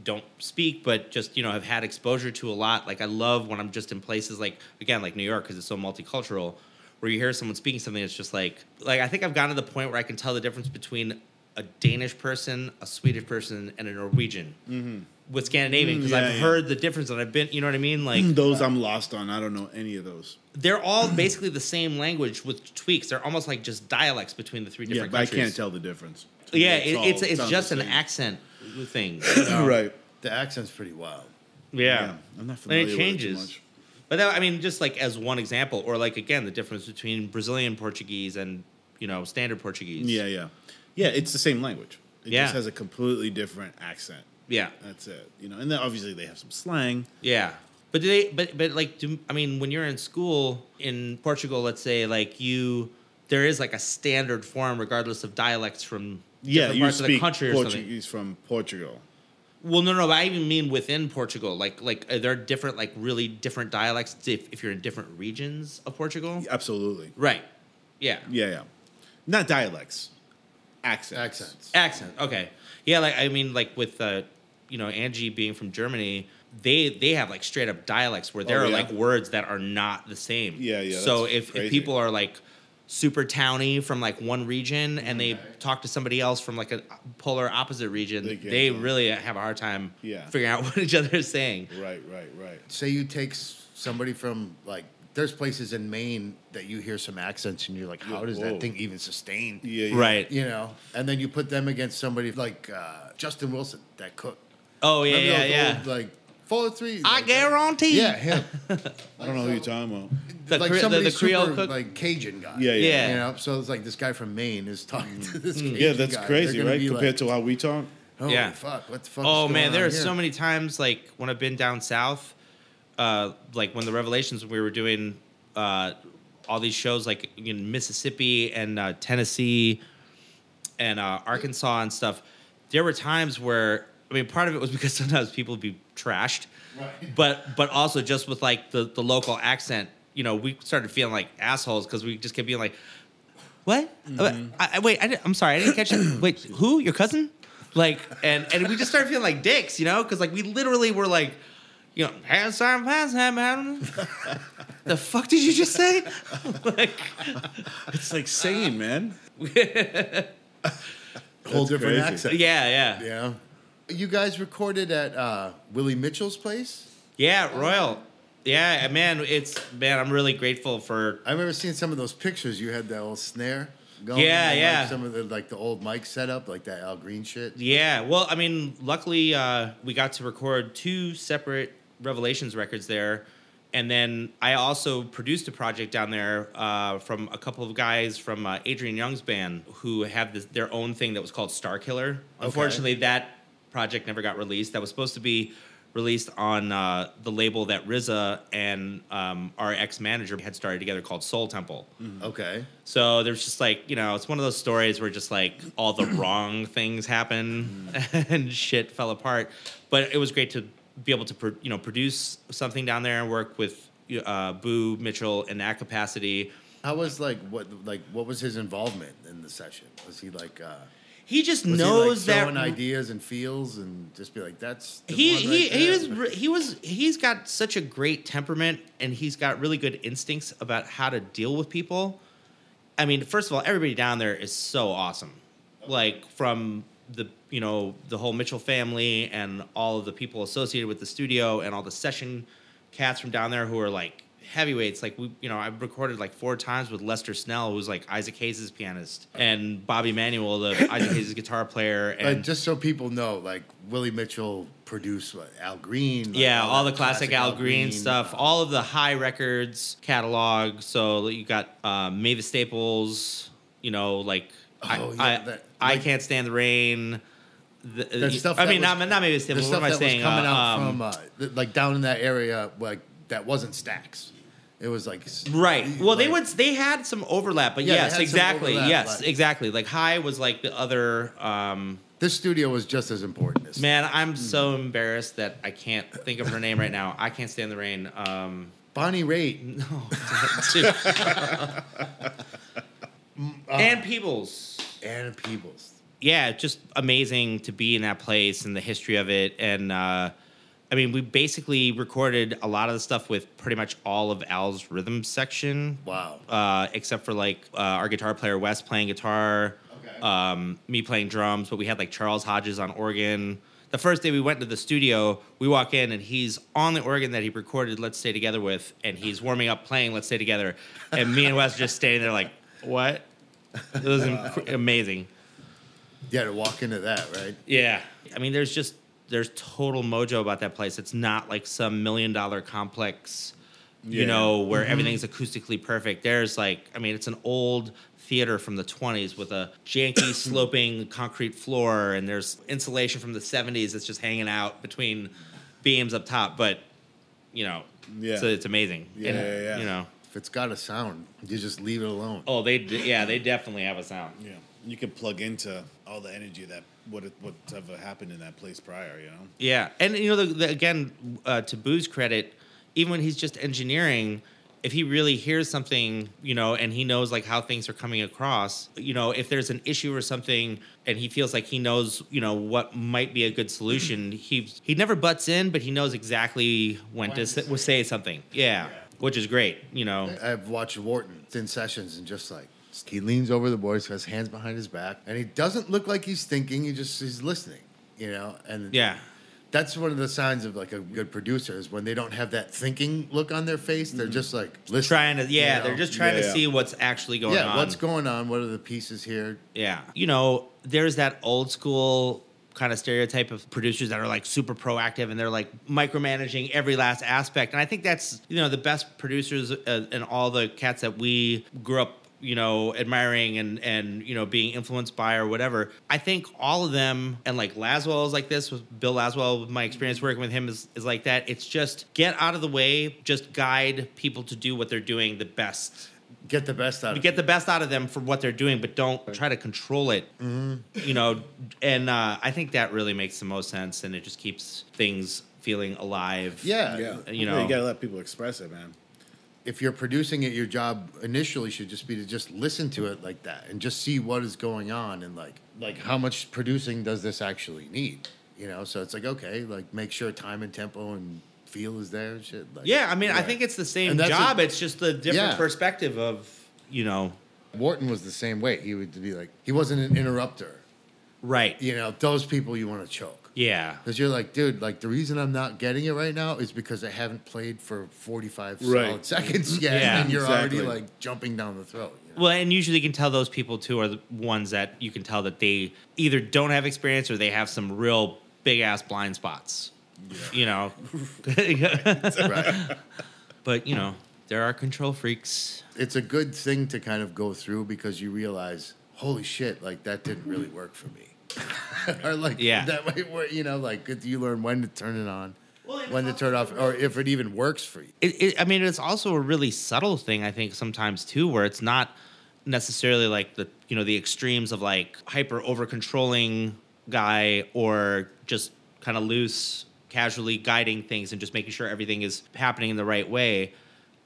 S9: don't speak, but just you know have had exposure to a lot. Like I love when I'm just in places like again like New York because it's so multicultural, where you hear someone speaking something that's just like like I think I've gotten to the point where I can tell the difference between a Danish person, a Swedish person, and a Norwegian with Scandinavian because
S5: Mm-hmm. Mm, yeah,
S9: I've
S5: yeah.
S9: heard the difference and I've been you know what I mean like
S5: Those I'm lost on. I don't know any of those.
S9: they're all basically the same language with tweaks. They're almost like just dialects between the three
S5: Yeah,
S9: different
S5: but I
S9: countries.
S5: can't tell the difference. To
S9: Yeah,
S5: me,
S9: it,
S5: all-
S9: it's it's
S5: sounds
S9: just
S5: the
S9: an
S5: same.
S9: accent thing.
S5: right.
S10: The accent's pretty wild.
S9: Yeah.
S5: I'm not
S9: And
S5: familiar
S9: it
S5: with it
S9: changes.
S5: too
S9: But that, I mean, just like as one example, or like again, the difference between Brazilian Portuguese and you know standard Portuguese.
S5: much. Yeah, yeah, yeah. It's the same language. It
S9: Yeah.
S5: just has a completely different accent.
S9: yeah,
S5: That's it. You know, and then obviously they have some slang.
S9: yeah. But do they? But but like, do I mean, when you're in school in Portugal, let's say, like you, there is like a standard form regardless of dialects from
S5: Yeah,
S9: different
S5: you
S9: parts
S5: speak
S9: of the country or something.
S5: Portuguese from Portugal.
S9: Well, no, no, but I even mean within Portugal. Like, like are there different, like really different dialects if, if you're in different regions of Portugal?
S5: Absolutely.
S9: Right. Yeah.
S5: Yeah, yeah. Not dialects. Accents.
S10: Accents.
S9: Accent. Okay. Yeah, like I mean, like with uh, you know Angie being from Germany, they they have like straight up dialects where there
S5: Oh,
S9: are
S5: yeah.
S9: like words that are not the same.
S5: Yeah, yeah,
S9: So
S5: that's
S9: if,
S5: crazy.
S9: if people are like super towny from like one region and they talk to somebody else from like a polar opposite region,
S5: Mm-hmm. They
S9: they,
S5: get it.
S9: really have a hard time
S5: Yeah.
S9: figuring out what each other is saying.
S5: Right, right, right.
S10: Say you take s- somebody from like there's places in Maine that you hear some accents and you're like, how
S5: Yeah,
S10: does
S5: whoa.
S10: that thing even sustain?
S5: Yeah, yeah.
S9: Right.
S10: You know, and then you put them against somebody like uh, Justin Wilson, that cook.
S9: Oh yeah,
S10: Remember
S9: yeah,
S10: those
S9: yeah.
S10: old, like four three.
S9: I
S10: like that?
S9: guarantee.
S10: Yeah, him.
S5: I don't know who you're talking about.
S9: The
S10: like
S9: Cre- the-
S10: somebody
S9: the Creole
S10: super,
S9: cook?
S10: like Cajun guy.
S5: Yeah, yeah.
S9: Yeah. Mm.
S10: You know, so it's like this guy from Maine is talking to this. Cajun
S5: Yeah, that's
S10: guy. They're
S5: crazy,
S10: gonna
S5: right?
S10: be
S5: Compared to
S10: like,
S5: how we talk.
S10: holy
S9: Yeah.
S10: fuck, what the fuck?
S9: Oh
S10: is
S9: man,
S10: going
S9: there
S10: on
S9: are
S10: here?
S9: so many times like when I've been down south, uh, like when the revelations we were doing uh, all these shows like in Mississippi and uh, Tennessee and uh, Arkansas and stuff. There were times where I mean, part of it was because sometimes people would be trashed, but but also just with like the the local accent, you know, we started feeling like assholes because we just kept being like. What? I, I, wait, I, didn't- I'm sorry, I didn't catch it. Wait, who? Your cousin? Like, and and we just started feeling like dicks, you know, because like we literally were like, you know, hands on pass, The fuck did you just say? like,
S5: It's like singing, man.
S10: whole different
S5: crazy.
S10: accent.
S9: yeah, yeah,
S10: Yeah. You guys recorded at uh, Willie Mitchell's place?
S9: yeah, Royal. Yeah, and man, it's man, I'm really grateful for.
S10: I remember seeing some of those pictures. You had that old snare going.
S9: Yeah,
S10: and, like,
S9: yeah.
S10: some of the like the old mic setup, like that Al Green shit.
S9: Yeah, well, I mean, luckily uh, we got to record two separate Revelations records there, and then I also produced a project down there uh, from a couple of guys from uh, Adrian Young's band who have this, their own thing that was called Star Killer. Unfortunately, that project never got released. That was supposed to be released on uh, the label that RZA and um, our ex manager had started together called Soul Temple.
S10: Okay.
S9: So there's just like, you know, it's one of those stories where just like all the wrong things happen and shit fell apart. But it was great to be able to, pro- you know, produce something down there and work with uh, Boo Mitchell in that capacity.
S10: How was like what like what was his involvement in the session? Was he like uh
S9: He just
S10: was
S9: knows
S10: he, like,
S9: that
S10: throwing ideas and feels and just be like that's the
S9: he
S10: one right
S9: he he
S10: there?
S9: was re- he was he's got such a great temperament and he's got really good instincts about how to deal with people. I mean, first of all, everybody down there is so awesome. Like from the you know the whole Mitchell family and all of the people associated with the studio and all the session cats from down there who are like heavyweights. Like we you know I've recorded like four times with Lester Snell, who's like Isaac Hayes' pianist, and Bobby Manuel, the Isaac Hayes' guitar player, and
S10: But just so people know, like Willie Mitchell produced what, Al Green. like,
S9: yeah, all
S10: that
S9: the classic, Al Green, stuff, all of the high records catalog. So you got uh, Mavis Staples, you know, like
S10: Oh,
S9: I,
S10: yeah,
S9: I,
S10: that-
S9: I
S10: like-
S9: can't stand the rain. The,
S10: That stuff
S9: I
S10: that
S9: mean,
S10: was-
S9: not not Mavis
S10: the
S9: Staples. What
S10: stuff
S9: am I
S10: that was
S9: saying?
S10: coming
S9: Uh,
S10: out
S9: um,
S10: from uh, th- like down in that area, like that wasn't stacks. It was like s-
S9: Right. Well, they
S10: uh, like-
S9: would. They had some overlap, but
S10: Yeah, they had
S9: yes,
S10: some
S9: exactly.
S10: overlap,
S9: Yes,
S10: but-
S9: exactly. Like high was like the other. Um,
S10: This studio was just as important as
S9: man, I'm so embarrassed that I can't think of her name right now. I can't stand the rain. Um,
S10: Bonnie Raitt.
S9: and Peebles.
S10: Uh, Anna Peebles.
S9: yeah, it's just amazing to be in that place and the history of it. And uh, I mean, we basically recorded a lot of the stuff with pretty much all of Al's rhythm section.
S10: Wow.
S9: Uh, except for like uh, our guitar player Wes playing guitar, um, me playing drums, but we had like Charles Hodges on organ. The first day we went to the studio, we walk in and he's on the organ that he recorded Let's Stay Together with, and he's warming up playing Let's Stay Together. And me and Wes are just standing there like, what? It was inc- amazing.
S10: Yeah, to walk into that, right?
S9: Yeah. I mean, there's just there's total mojo about that place. It's not like some million dollar complex, you
S5: Yeah.
S9: know, where everything's acoustically perfect. There's like, I mean, it's an old theater from the 20s with a janky sloping concrete floor and there's insulation from the 70s that's just hanging out between beams up top, but you know,
S5: Yeah.
S9: so it's amazing.
S5: Yeah,
S9: And,
S5: yeah, yeah.
S9: You know.
S10: If it's got a sound, you just leave it alone.
S9: Oh, they d- yeah, they definitely have a sound.
S5: Yeah, you can plug into all the energy that what whatever happened in that place prior. You know,
S9: Yeah, and you know, the, the, again, uh, to Boo's credit, even when he's just engineering, if he really hears something, you know, and he knows like how things are coming across, you know, if there's an issue or something, and he feels like he knows, you know, what might be a good solution, he he never butts in, but he knows exactly when, to say, say something. Yeah, which is great, you know.
S10: I've watched Wharton in sessions and just like he leans over the board, so has hands behind his back, and he doesn't look like he's thinking. He just he's listening, you know. And
S9: Yeah,
S10: that's one of the signs of like a good producer is when they don't have that thinking look on their face. They're just like listening.
S9: Mm-hmm. trying to yeah,
S10: you know?
S9: they're just trying to
S5: Yeah.
S9: see what's actually going
S10: yeah.
S9: on.
S10: What's going on? What are the pieces here?
S9: Yeah. You know, there's that old school kind of stereotype of producers that are like super proactive and they're like micromanaging every last aspect. And I think that's, you know, the best producers uh, and all the cats that we grew up you know admiring and and you know being influenced by or whatever i think all of them and like laswell is like this with bill laswell my experience working with him is, is like that it's just get out of the way just guide people to do what they're doing the best
S10: Get the best out
S9: to
S10: of
S9: get the best out of them for what they're doing, but don't try to control it.
S10: Mm-hmm.
S9: You know, and uh, I think that really makes the most sense, and it just keeps things feeling alive.
S10: it. Yeah.
S9: You know.
S5: you gotta let people express it, man.
S10: If you're producing it, your job initially should just be to just listen to it like that and just see what is going on and like like how much producing does this actually need? You know, so it's like okay, like make sure time and tempo and feel is there and shit. Like,
S9: Yeah, I mean, I
S10: Right.
S9: think it's the same
S10: And that's
S9: job.
S10: a-
S9: it's just the different
S10: Yeah.
S9: perspective of you know,
S10: Wharton was the same way. He would be like, he wasn't an interrupter.
S9: right?
S10: You know, those people you want to choke.
S9: Yeah.
S10: Because you're like, dude, like the reason I'm not getting it right now is because I haven't played for 45 solid
S5: Right.
S10: seconds yet,
S9: Yeah,
S10: and you're
S5: exactly.
S10: already like jumping down the throat. you know?
S9: Well, and usually you can tell those people too are the ones that you can tell that they either don't have experience or they have some real big ass blind spots. You know. But you know, there are control freaks.
S10: It's a good thing to kind of go through because you realize, holy shit, like that didn't really work for me. or like
S9: Yeah.
S10: that way, where, you know, like you learn when to turn it on, when to turn it off, or if it even works for you.
S9: it, it, I mean, it's also a really subtle thing, I think, sometimes too, where it's not necessarily like the you know the extremes of like hyper over controlling guy or just kind of loose, casually guiding things and just making sure everything is happening in the right way.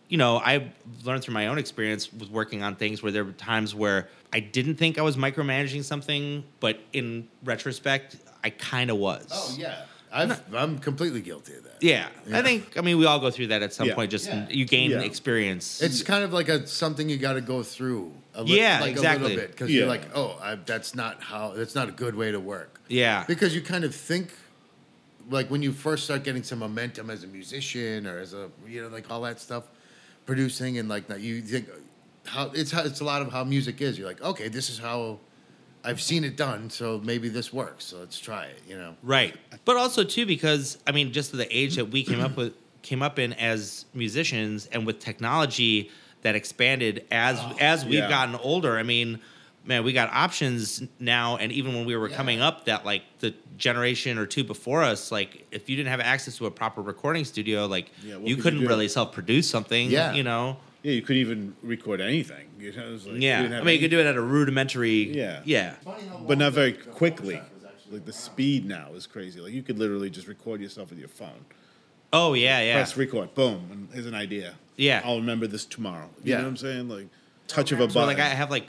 S9: You know, I learned through my own experience with working on things where there were times where I didn't think I was micromanaging something, but in retrospect, I kind of was.
S10: Oh, yeah. I've, I'm completely guilty of that.
S9: Yeah. I
S10: Yeah.
S9: think I mean we all go through that at some
S5: Yeah.
S9: point. Just
S10: Yeah.
S9: you gain
S5: Yeah.
S9: experience.
S10: It's kind of like a something you got to go through. A
S9: Yeah,
S10: like A
S9: exactly.
S10: little bit because
S5: Yeah.
S10: you're like, oh, I, that's not how. That's not a good way to work.
S9: yeah.
S10: Because you kind of think, like when you first start getting some momentum as a musician or as a you know like all that stuff, producing and like that you think how it's how it's a lot of how music is. You're like, okay, this is how I've seen it done, so maybe this works. So let's try it. You know.
S9: Right. But also too because I mean just the age that we came up with came up in as musicians and with technology that expanded as as we've
S5: Ah, yeah.
S9: gotten older. I mean, man, we got options now and even when we were coming up that like the generation or two before us like if you didn't have access to a proper recording studio like
S5: Yeah, what
S9: you
S5: could you
S9: couldn't
S5: do?
S9: really self-produce something,
S10: Yeah.
S9: you know.
S5: Yeah, you couldn't even record anything. You know, it was like, you
S9: yeah. I
S5: didn't
S9: mean,
S5: have
S9: you could do it at a rudimentary
S5: Yeah.
S9: Yeah.
S5: any- but not very quickly. Like the speed now is crazy. Like you could literally just record yourself with your phone.
S9: Oh yeah, yeah.
S5: Press record, boom, and here's an idea.
S9: Yeah.
S5: I'll remember this tomorrow. You
S10: Yeah.
S5: know what I'm saying? Like touch of a
S9: So
S5: button.
S9: like I have like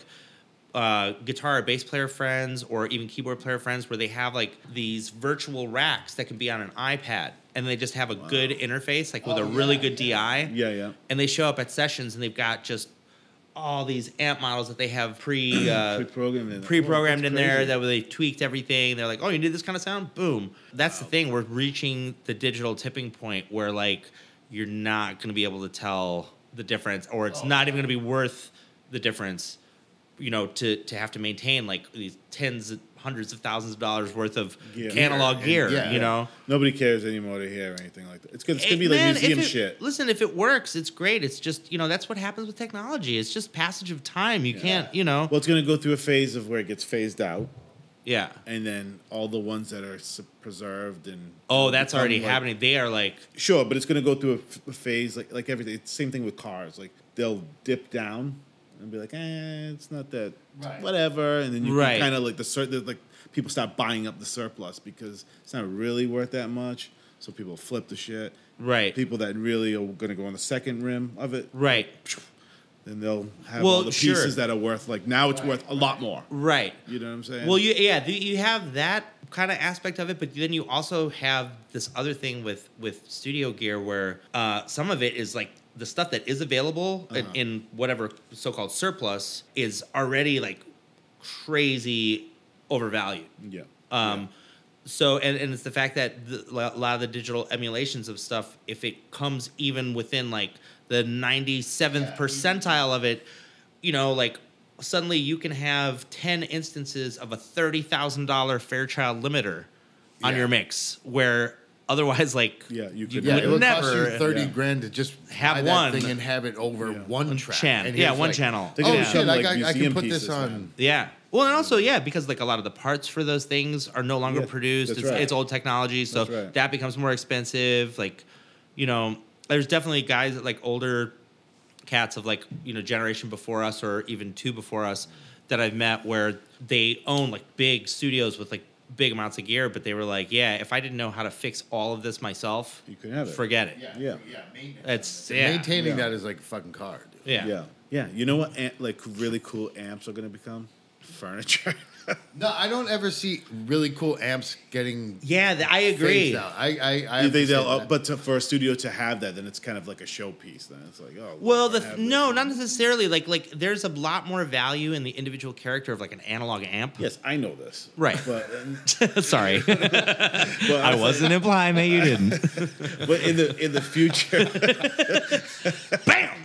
S9: uh, guitar or bass player friends or even keyboard player friends where they have like these virtual racks that can be on an iPad and they just have a good interface like with a really good DI.
S5: Oh, Yeah, yeah.
S9: And they show up at sessions and they've got just all these amp models that they have pre uh,
S5: Pre-programmed in.
S9: pre-programmed
S5: Oh,
S9: in
S5: that's
S9: there
S5: crazy.
S9: that they tweaked everything. They're like, oh, you need this kind of sound, boom. That's the thing. We're reaching the digital tipping point where like you're not going to be able to tell the difference, or
S5: Oh.
S9: it's not even going to be worth the difference. You know, to to have to maintain like these tens, hundreds of thousands of dollars worth of
S5: Gear.
S9: analog gear.
S10: yeah.
S9: you know.
S5: Nobody cares anymore to hear or anything like that. It's gonna, it's
S9: Hey,
S5: gonna be like
S9: man, if
S5: museum
S9: it-
S5: shit.
S9: Listen, if it works, it's great. It's just you know that's what happens with technology. It's just passage of time. You can't you know
S5: Well, it's gonna go through a phase of where it gets phased out,
S9: yeah.
S5: and then all the ones that are s- preserved and
S9: Oh, that's
S5: become,
S9: already
S5: like-
S9: happening. They are like
S5: Sure, but it's gonna go through a f- a phase like like everything. It's the same thing with cars. Like they'll dip down and be like, eh, it's not that whatever, and then you
S9: Right.
S5: kind of like the sur- the- like people start buying up the surplus because it's not really worth that much. So people flip the shit.
S9: Right.
S5: People that really are gonna go on the second rim of it.
S9: Right.
S5: Then they'll have
S9: Well,
S5: all the
S9: sure.
S5: pieces that are worth like now it's worth a lot more.
S9: Right.
S5: You know what I'm saying?
S9: Well, you yeah, the, you have that kind of aspect of it, but then you also have this other thing with with studio gear where uh, some of it is like the stuff that is available
S5: Uh-huh.
S9: in, in whatever so-called surplus is already like crazy overvalued.
S5: yeah.
S9: Um, So, and, and it's the fact that the, a lot of the digital emulations of stuff, if it comes even within like the 97th percentile of it, you know, like suddenly you can have 10 instances of a $30,000 Fairchild limiter on your mix where otherwise, like,
S5: Yeah, you could-
S10: Yeah,
S9: would
S10: it would
S9: never.
S10: cost you thirty
S5: Yeah.
S10: grand to just
S9: Have
S10: buy
S9: one.
S10: that thing and have it over one track.
S9: chan-
S10: And
S9: yeah,
S10: he's
S9: one
S10: like,
S9: channel. They're
S10: Oh
S9: gonna
S10: shit!
S5: become,
S10: I,
S5: like,
S10: got, I can
S5: museum
S10: put this
S5: pieces,
S10: on.
S5: man.
S9: Yeah. Well, and also, yeah, because like a lot of the parts for those things are no longer
S5: Yeah,
S9: produced.
S5: that's
S9: It's,
S5: right.
S9: it's old technology, so
S5: That's right.
S9: that becomes more expensive. Like, you know, there's definitely guys that like older cats of like you know generation before us or even two before us that I've met where they own like big studios with like big amounts of gear, but they were like, yeah, if I didn't know how to fix all of this myself,
S5: You couldn't have it.
S9: Forget it.
S5: Yeah.
S9: It's yeah,
S10: Maintaining
S5: Yeah.
S10: that is like a fucking car. dude.
S9: yeah.
S5: Yeah. Yeah. You know what? Amp, like really cool amps are going to become furniture.
S10: No, I don't ever see really cool amps getting
S9: Yeah, th- I agree.
S10: phased out. I, I, I
S5: you
S10: have to
S5: think
S10: say
S5: they'll?
S10: that.
S5: but to, for a studio to have that, then it's kind of like a showpiece. Then it's like, oh.
S9: Well,
S5: look, I
S9: the
S5: have
S9: th- no,
S5: this.
S9: not necessarily. Like, like there's a lot more value in the individual character of like an analog amp.
S5: Yes, I know this.
S9: Right.
S5: But,
S9: Sorry,
S5: but I was.
S6: Doesn't imply that you didn't.
S5: But in the in the future,
S9: bam.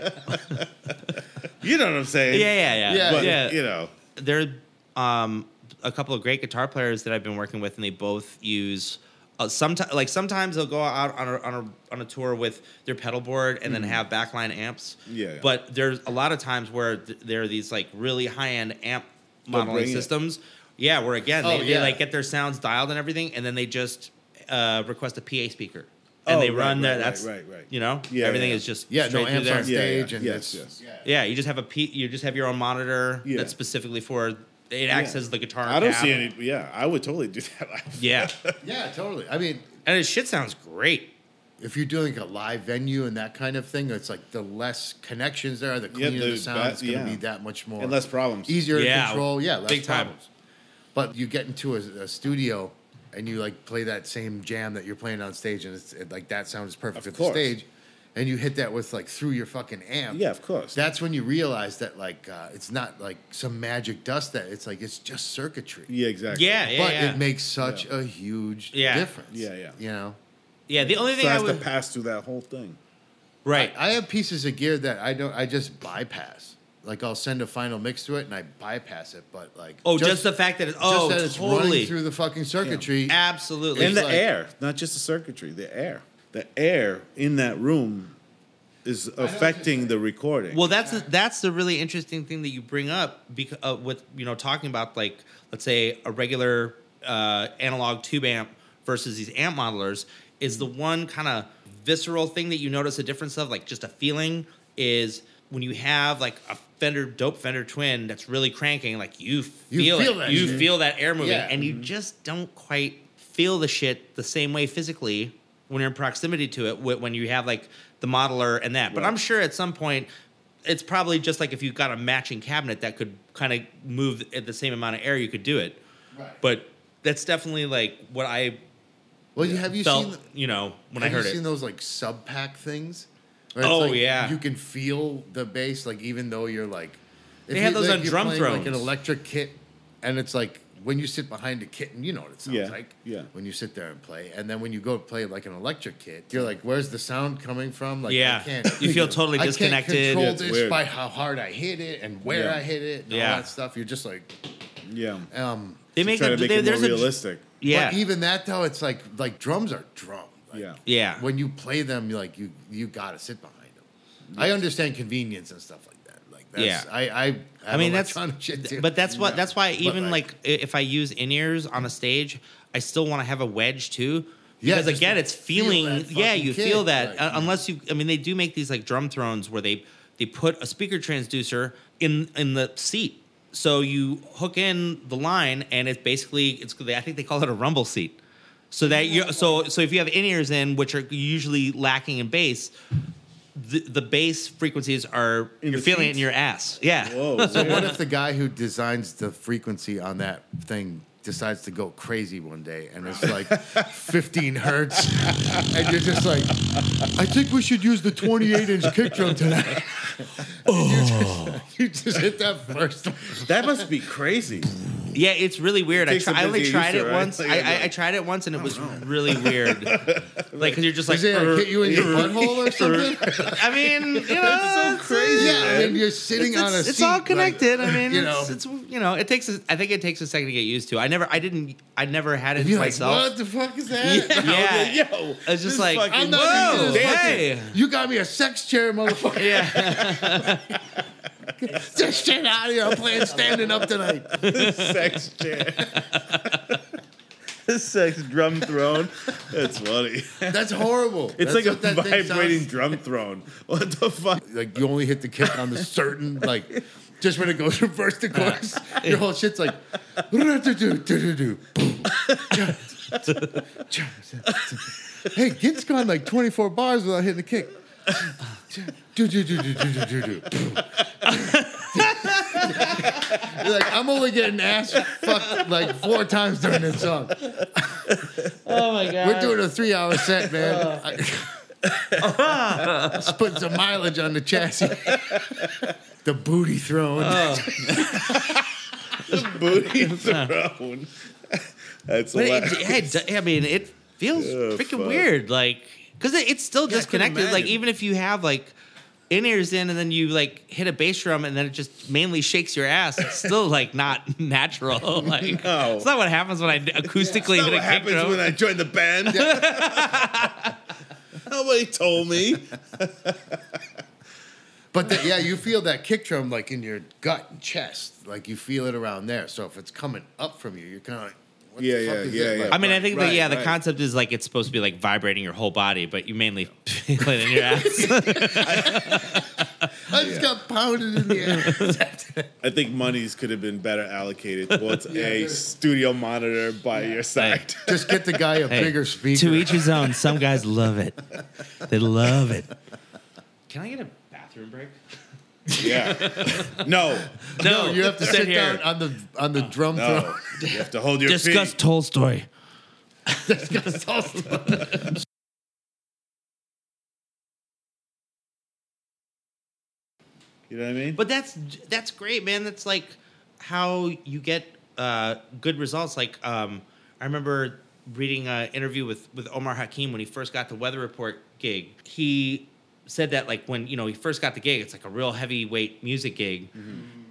S5: you know what I'm
S9: Yeah,
S5: saying?
S9: yeah, yeah.
S10: Yeah,
S5: But
S9: yeah.
S5: you know,
S9: there are um, a couple of great guitar players that I've been working with, and they both use. Uh, sometimes, like sometimes they'll go out on a, on a on a tour with their pedal board and then have backline amps.
S5: Mm-hmm. Yeah, yeah.
S9: But there's a lot of times where th- there are these like really high end amp modeling
S5: bring it.
S9: systems. Yeah, where again
S10: Oh,
S9: they,
S10: yeah.
S9: they like get their sounds dialed and everything, and then they just uh, request a PA speaker and
S5: Oh,
S9: they
S5: right,
S9: run
S5: right,
S9: their
S5: right,
S9: that's
S5: right, right.
S9: You know,
S5: Yeah,
S9: everything
S5: yeah.
S9: is just
S10: yeah, no
S9: straight through
S10: amps
S9: there.
S10: on
S5: Yeah, yeah,
S10: stage and
S5: yes,
S10: it's,
S5: yes.
S9: Yeah, you just have a P, you just have your own monitor
S5: Yeah.
S9: that's specifically for it acts
S5: Yeah.
S9: as the guitar.
S5: I don't
S9: cab.
S5: see any. Yeah, I would totally do that. live.
S9: Yeah,
S10: yeah, totally. I mean,
S9: and his shit sounds great.
S10: if you're doing like a live venue and that kind of thing, it's like the less connections there are, the cleaner the
S5: there's
S10: sound
S5: that-
S10: is going to
S5: yeah.
S10: be that much more
S5: And less problems.
S10: easier to
S9: Yeah,
S10: control. Yeah, less
S9: big time.
S10: problems. But you get into a, a studio and you like play that same jam that you're playing on stage, and it's it, like that sound is perfect
S5: Of
S10: at
S5: course.
S10: the stage, and you hit that with like through your fucking amp.
S5: Yeah, of course.
S10: That's when you realize that like uh, it's not like some magic dust that it's like it's just circuitry.
S5: yeah, exactly.
S9: Yeah, yeah,
S10: But
S9: yeah.
S10: it makes such a huge
S9: Yeah.
S10: difference.
S5: Yeah, yeah.
S10: You know,
S9: yeah, the only
S5: So
S9: thing
S5: it
S9: I
S5: has to
S9: would
S5: pass through that whole thing.
S9: right.
S10: I have pieces of gear that I don't. I just bypass. Like I'll send a final mix to it and I bypass it, but like
S9: oh, just, the fact that it's
S10: just
S9: oh
S10: that it's
S9: totally
S10: running through the fucking circuitry.
S9: absolutely
S5: and the
S10: like-
S5: air, not just the circuitry, the air. The air in that room is affecting the recording.
S9: Well, that's the, that's the really interesting thing that you bring up because uh, with you know talking about like let's say a regular uh, analog tube amp versus these amp modelers is the one kind of visceral thing that you notice a difference of like just a feeling is when you have like a Fender dope Fender twin that's really cranking like you
S10: You
S9: feel, it.
S10: feel that
S9: you
S10: shit.
S9: feel that air moving
S10: Yeah.
S9: and you just don't quite feel the shit the same way physically when you're in proximity to it wh- when you have like the modeler and that but i'm sure at some point it's probably just like if you got a matching cabinet that could kind of move at the same amount of air, you could do it. Right. But that's definitely like what I
S10: Well, you have you
S9: felt,
S10: seen the-
S9: you know, when I
S10: have
S9: heard
S10: you
S9: it.
S10: seen those like sub pack things? Where
S9: Oh,
S10: like,
S9: yeah.
S10: you can feel the bass like even though you're like if
S9: They have
S10: you-
S9: those
S10: like,
S9: on
S10: you're
S9: drum
S10: playing, like an
S9: thrones.
S10: electric kit, and it's like when you sit behind a kitten, you know what it sounds
S5: Yeah,
S10: like.
S5: yeah.
S10: When you sit there and play, and then when you go play like an electric kit, you're like, "Where's the sound coming from?" Like,
S9: Yeah.
S10: I can't,
S9: You feel totally
S10: I
S9: disconnected.
S10: can't
S9: Yeah,
S10: control
S9: it's
S10: this
S5: weird.
S10: by how hard I hit it and where
S5: Yeah.
S10: I hit it and
S9: Yeah.
S10: all that stuff. You're just like,
S5: Yeah.
S10: um,
S9: they make,
S5: Try
S9: a,
S5: to make
S9: they-
S5: it more
S9: there's a
S5: realistic.
S9: yeah
S10: But even that though, it's like like drums are drum. Like,
S5: Yeah.
S9: yeah
S10: when you play them, you like you you gotta sit behind them. I understand convenience and stuff like that. Like that's
S9: Yeah.
S10: I I have
S9: I mean that's
S10: electronic shit too.
S9: but that's what that's why even
S10: like-
S9: like, i if I use in ears on a stage, I still want to have a wedge too.
S10: Yeah,
S9: Because
S10: just
S9: again,
S10: to
S9: it's
S10: feel
S9: feeling.
S10: that
S9: Yeah,
S10: fucking
S9: you feel
S10: kick,
S9: that
S10: like,
S9: uh, unless you. I mean, they do make these like drum thrones where they they put a speaker transducer in in the seat, so you hook in the line, and it's basically it's. I think they call it a rumble seat. So that you so so if you have in ears in which are usually lacking in bass, the, the bass frequencies are
S5: In
S9: you're
S5: the
S9: feeling it in
S5: seats?
S9: your ass. Yeah.
S5: Whoa.
S10: So what if the guy who designs the frequency on that thing decides to go crazy one day and it's like 15 hertz and you're just like I think we should use the 28 inch kick drum tonight.
S5: Oh.
S10: you, just, you just hit that first one.
S5: that must be crazy.
S9: Yeah, it's really weird. I,
S5: takes
S9: try,
S5: some
S9: I only
S5: getting
S9: tried
S5: used
S9: it
S5: to, right?
S9: once.
S5: Like,
S9: I,
S5: you're
S9: I, I
S5: like,
S9: tried it once and it was really weird. Like, cause you're just like,
S10: Is it like
S9: "Er,
S10: hit you in your butthole or something?
S9: I mean, you know, it's,
S10: Yeah, I mean, you're sitting
S9: it's,
S10: on a
S9: it's
S10: seat,
S9: all
S10: like-
S9: connected. I mean,
S10: you
S9: it's,
S10: know.
S9: it's you know, it takes. A, I think it takes a second to get used to. I never, I didn't, I never had it
S10: You're like,
S9: myself.
S10: what the fuck is that?
S9: Yeah,
S5: Yeah, yo,
S9: I was just
S5: this
S9: like,
S5: fucking-
S10: I'm not
S9: whoa,
S10: into this
S9: hey,
S10: You got me a sex chair, motherfucker.
S9: yeah,
S10: Get this shit out of here. I'm playing standing up tonight.
S5: sex chair. sex drum throne. That's funny.
S10: That's horrible.
S5: It's
S10: That's
S5: like a
S10: what that thing
S5: vibrating
S10: sounds-
S5: drum throne. What the fuck?
S10: Like you only hit the kick on the certain, like just when it goes reverse the course, your whole shit's like. "Ru-ru-du-du-du-du-du, boom, cha, cha, cha, cha." Hey, Git's gone like 24 bars without hitting a kick. Do-do-do-do-do-do-do-do, boom. You're like, I'm only getting ass fucked like four times during this song.
S9: oh my god, Oh.
S10: We're doing a three hour set, man. I- Just putting some mileage on the chassis. the booty thrown.
S5: Booty
S10: uh,
S5: throne. That's
S9: But
S5: hilarious.
S9: it, it, it- I mean, it feels freaking
S5: fuck.
S9: weird. Like, because it, it's still disconnected. Like,
S5: imagine.
S9: even if you have like in ears in, and then you like hit a bass drum, and then it just mainly shakes your ass. It's still like not natural. Like,
S5: No.
S9: it's not what happens when I acoustically
S5: That's not what
S9: hit a kick
S5: happens
S9: drum.
S5: when I joined the band. Nobody told me.
S10: But the, yeah, you feel that kick drum like in your gut and chest. Like you feel it around there. So if it's coming up from you, you're kind of like, what
S5: Yeah,
S10: the
S5: yeah,
S10: fuck is
S5: yeah,
S10: that?
S5: yeah.
S10: Like,
S9: I mean, I think that
S5: Right,
S9: yeah, the
S5: right.
S9: concept is like it's supposed to be like vibrating your whole body, but you mainly feel it in your ass.
S10: I just got pounded in the ass.
S5: I think monies could have been better allocated towards a studio monitor by your side.
S10: just get the guy a
S9: Hey,
S10: bigger speaker.
S9: To each his own. Some guys love it. They love it. Can I get a bathroom break?
S5: yeah. No.
S9: No,
S10: you have to
S9: sit
S10: sit
S9: here.
S10: down on the on the drum
S5: No. Oh, You have to hold your
S9: Discuss
S5: feet.
S9: Tolstoy.
S10: throne.
S5: You know what I mean?
S9: But that's that's great, man. That's like how you get uh, good results. Like um, I remember reading an interview with with Omar Hakim when he first got the Weather Report gig. He said that like when you know he first got the gig, it's like a real heavyweight music gig,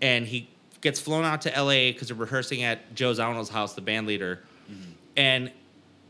S9: and he gets flown out to L.A. because they're rehearsing at Joe Zawinul's house, the band leader, and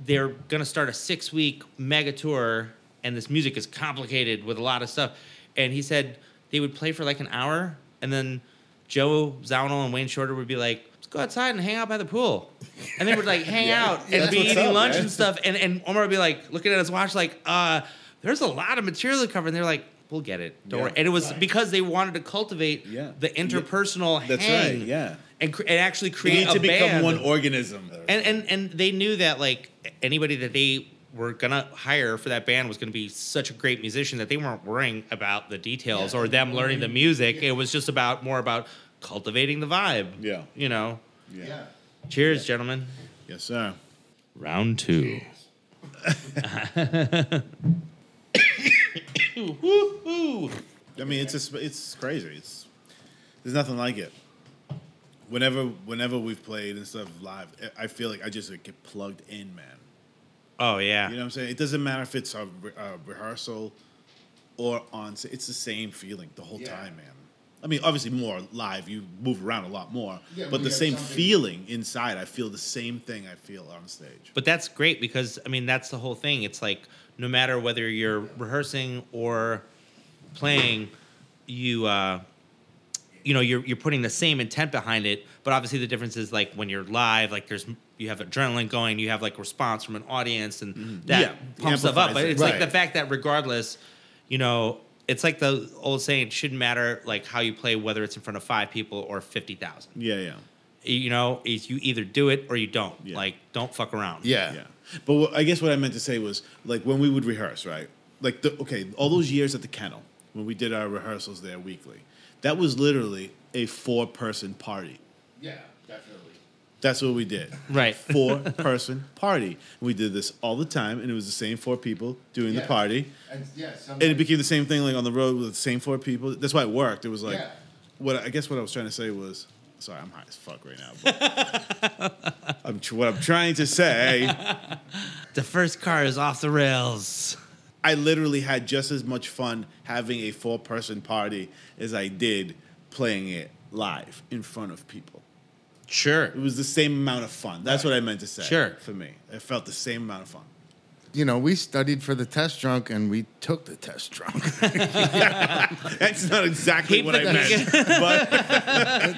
S9: they're gonna start a six week mega tour, and this music is complicated with a lot of stuff. And he said they would play for like an hour, and then Joe Zawinul and Wayne Shorter would be like, "Let's go outside and hang out by the pool," and they would like hang out and be
S5: what's
S9: eating
S5: up,
S9: lunch
S5: man.
S9: and stuff. And and Omar would be like looking at his watch, like, "Uh, there's a lot of material to cover," and they're like. We'll get it. Don't
S5: Yeah.
S9: worry. And it was because they wanted to cultivate
S5: Yeah.
S9: the interpersonal
S5: That's
S9: hang
S5: right, yeah.
S9: and cre- and actually
S5: you
S9: create
S5: need
S9: a
S5: to become
S9: band
S5: one organism.
S9: and and and they knew that like anybody that they were gonna hire for that band was gonna be such a great musician that they weren't worrying about the details or them learning
S5: Mm-hmm.
S9: the music. It was just about more about cultivating the vibe.
S5: Yeah.
S9: You know.
S5: Yeah.
S9: Cheers, gentlemen.
S5: Yes, sir.
S9: Round two.
S5: I mean, it's just, it's crazy. It's there's nothing like it. Whenever whenever we've played and stuff live, I- I feel like I just like, get plugged in, man.
S9: Oh yeah.
S5: You know what I'm saying? It doesn't matter if it's a, re- a rehearsal or on. s- It's the same feeling the whole time, man. I mean, obviously, more live, you move around a lot more, but the same feeling inside. I feel the same thing I feel on stage.
S9: But that's great because I mean that's the whole thing. It's like no matter whether you're rehearsing or playing, you uh, you know you're you're putting the same intent behind it. But obviously the difference is like when you're live, like there's you have adrenaline going, you have like response from an audience, and that
S5: Mm-hmm. Yeah,
S9: pumps stuff up.
S5: amplifies
S9: But
S5: it.
S9: it's like
S10: Right.
S9: the fact that regardless, you know. It's like the old saying: it shouldn't matter like how you play, whether it's in front of five people or fifty thousand.
S5: Yeah, yeah,
S9: You know, it's- you either do it or you don't.
S5: Yeah.
S9: Like, don't fuck around.
S10: Yeah.
S5: yeah. But what, I guess what I meant to say was like when we would rehearse, right? Like the okay, all those years at the kennel when we did our rehearsals there weekly, that was literally a four-person party.
S10: Yeah, definitely.
S5: That's what we did.
S9: Right.
S5: Four person party. We did this all the time, and it was the same four people doing the
S10: Yeah.
S5: party.
S10: And yeah,
S5: And it became the same thing, like on the road with the same four people. That's why it worked. It was like,
S10: Yeah.
S5: what I guess what I was trying to say was, sorry, I'm high as fuck right now. But I'm tr- what I'm trying to say,
S9: The first car is off the rails.
S5: I literally had just as much fun having a four person party as I did playing it live in front of people.
S9: Sure.
S5: It was the same amount of fun. That's what I meant to say.
S9: Sure.
S5: For me, it felt the same amount of fun.
S10: you know, we studied for the test drunk and we took the test drunk.
S5: That's not exactly
S9: Keep
S5: what
S9: the-
S5: I meant,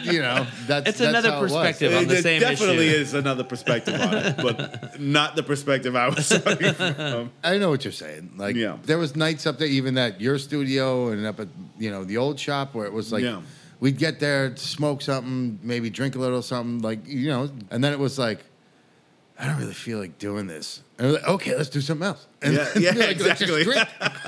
S5: but
S10: you know, that's
S9: It's
S10: that's
S9: another
S10: how it was.
S9: perspective. On the
S5: it
S9: same
S5: definitely
S9: issue.
S5: is another perspective on it, but not the perspective I was talking from.
S10: I know what you're saying. Like,
S5: Yeah.
S10: there was nights up there, even at your studio and up at you know the old shop where it was like,
S5: Yeah.
S10: we'd get there, smoke something, maybe drink a little something, like you know, and then it was like, I don't really feel like doing this. And we're like, okay, let's do something else. And
S5: Yeah, yeah,
S10: like, let's just
S5: exactly.
S10: drink.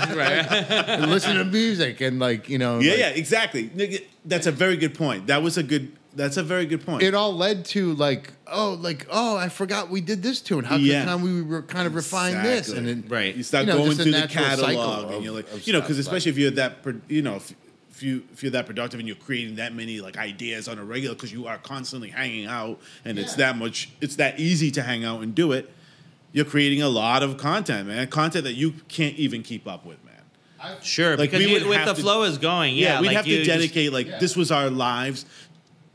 S10: and listen to music and like you know,
S5: Yeah,
S10: like,
S5: yeah, exactly. Nigga, That's a very good point. That was a good. That's a very good point.
S10: It all led to like, oh, like, oh, I forgot we did this tune. How
S5: Yeah.
S10: can we were kind of refine this?
S5: Exactly.
S10: And then
S9: Right.
S5: you start
S10: you know,
S5: going
S10: just a
S5: through the
S10: natural cycle
S5: catalog,
S10: of-
S5: and you're like,
S10: of
S5: you know,
S10: stuff,
S5: because
S10: like-
S5: especially if you're that, pro- you know, if, if you if you're that productive and you're creating that many like ideas on a regular, because you are constantly hanging out, and it's that much, it's that easy to hang out and do it. You're creating a lot of content, man. Content that you can't even keep up with, man.
S9: Sure.
S5: Like,
S9: because
S5: we
S9: you-
S5: would
S9: with
S5: have
S9: the
S5: to-
S9: flow is going, yeah.
S5: Yeah, we'd
S9: like,
S5: have
S9: you
S5: to
S9: just-
S5: dedicate like this was our lives,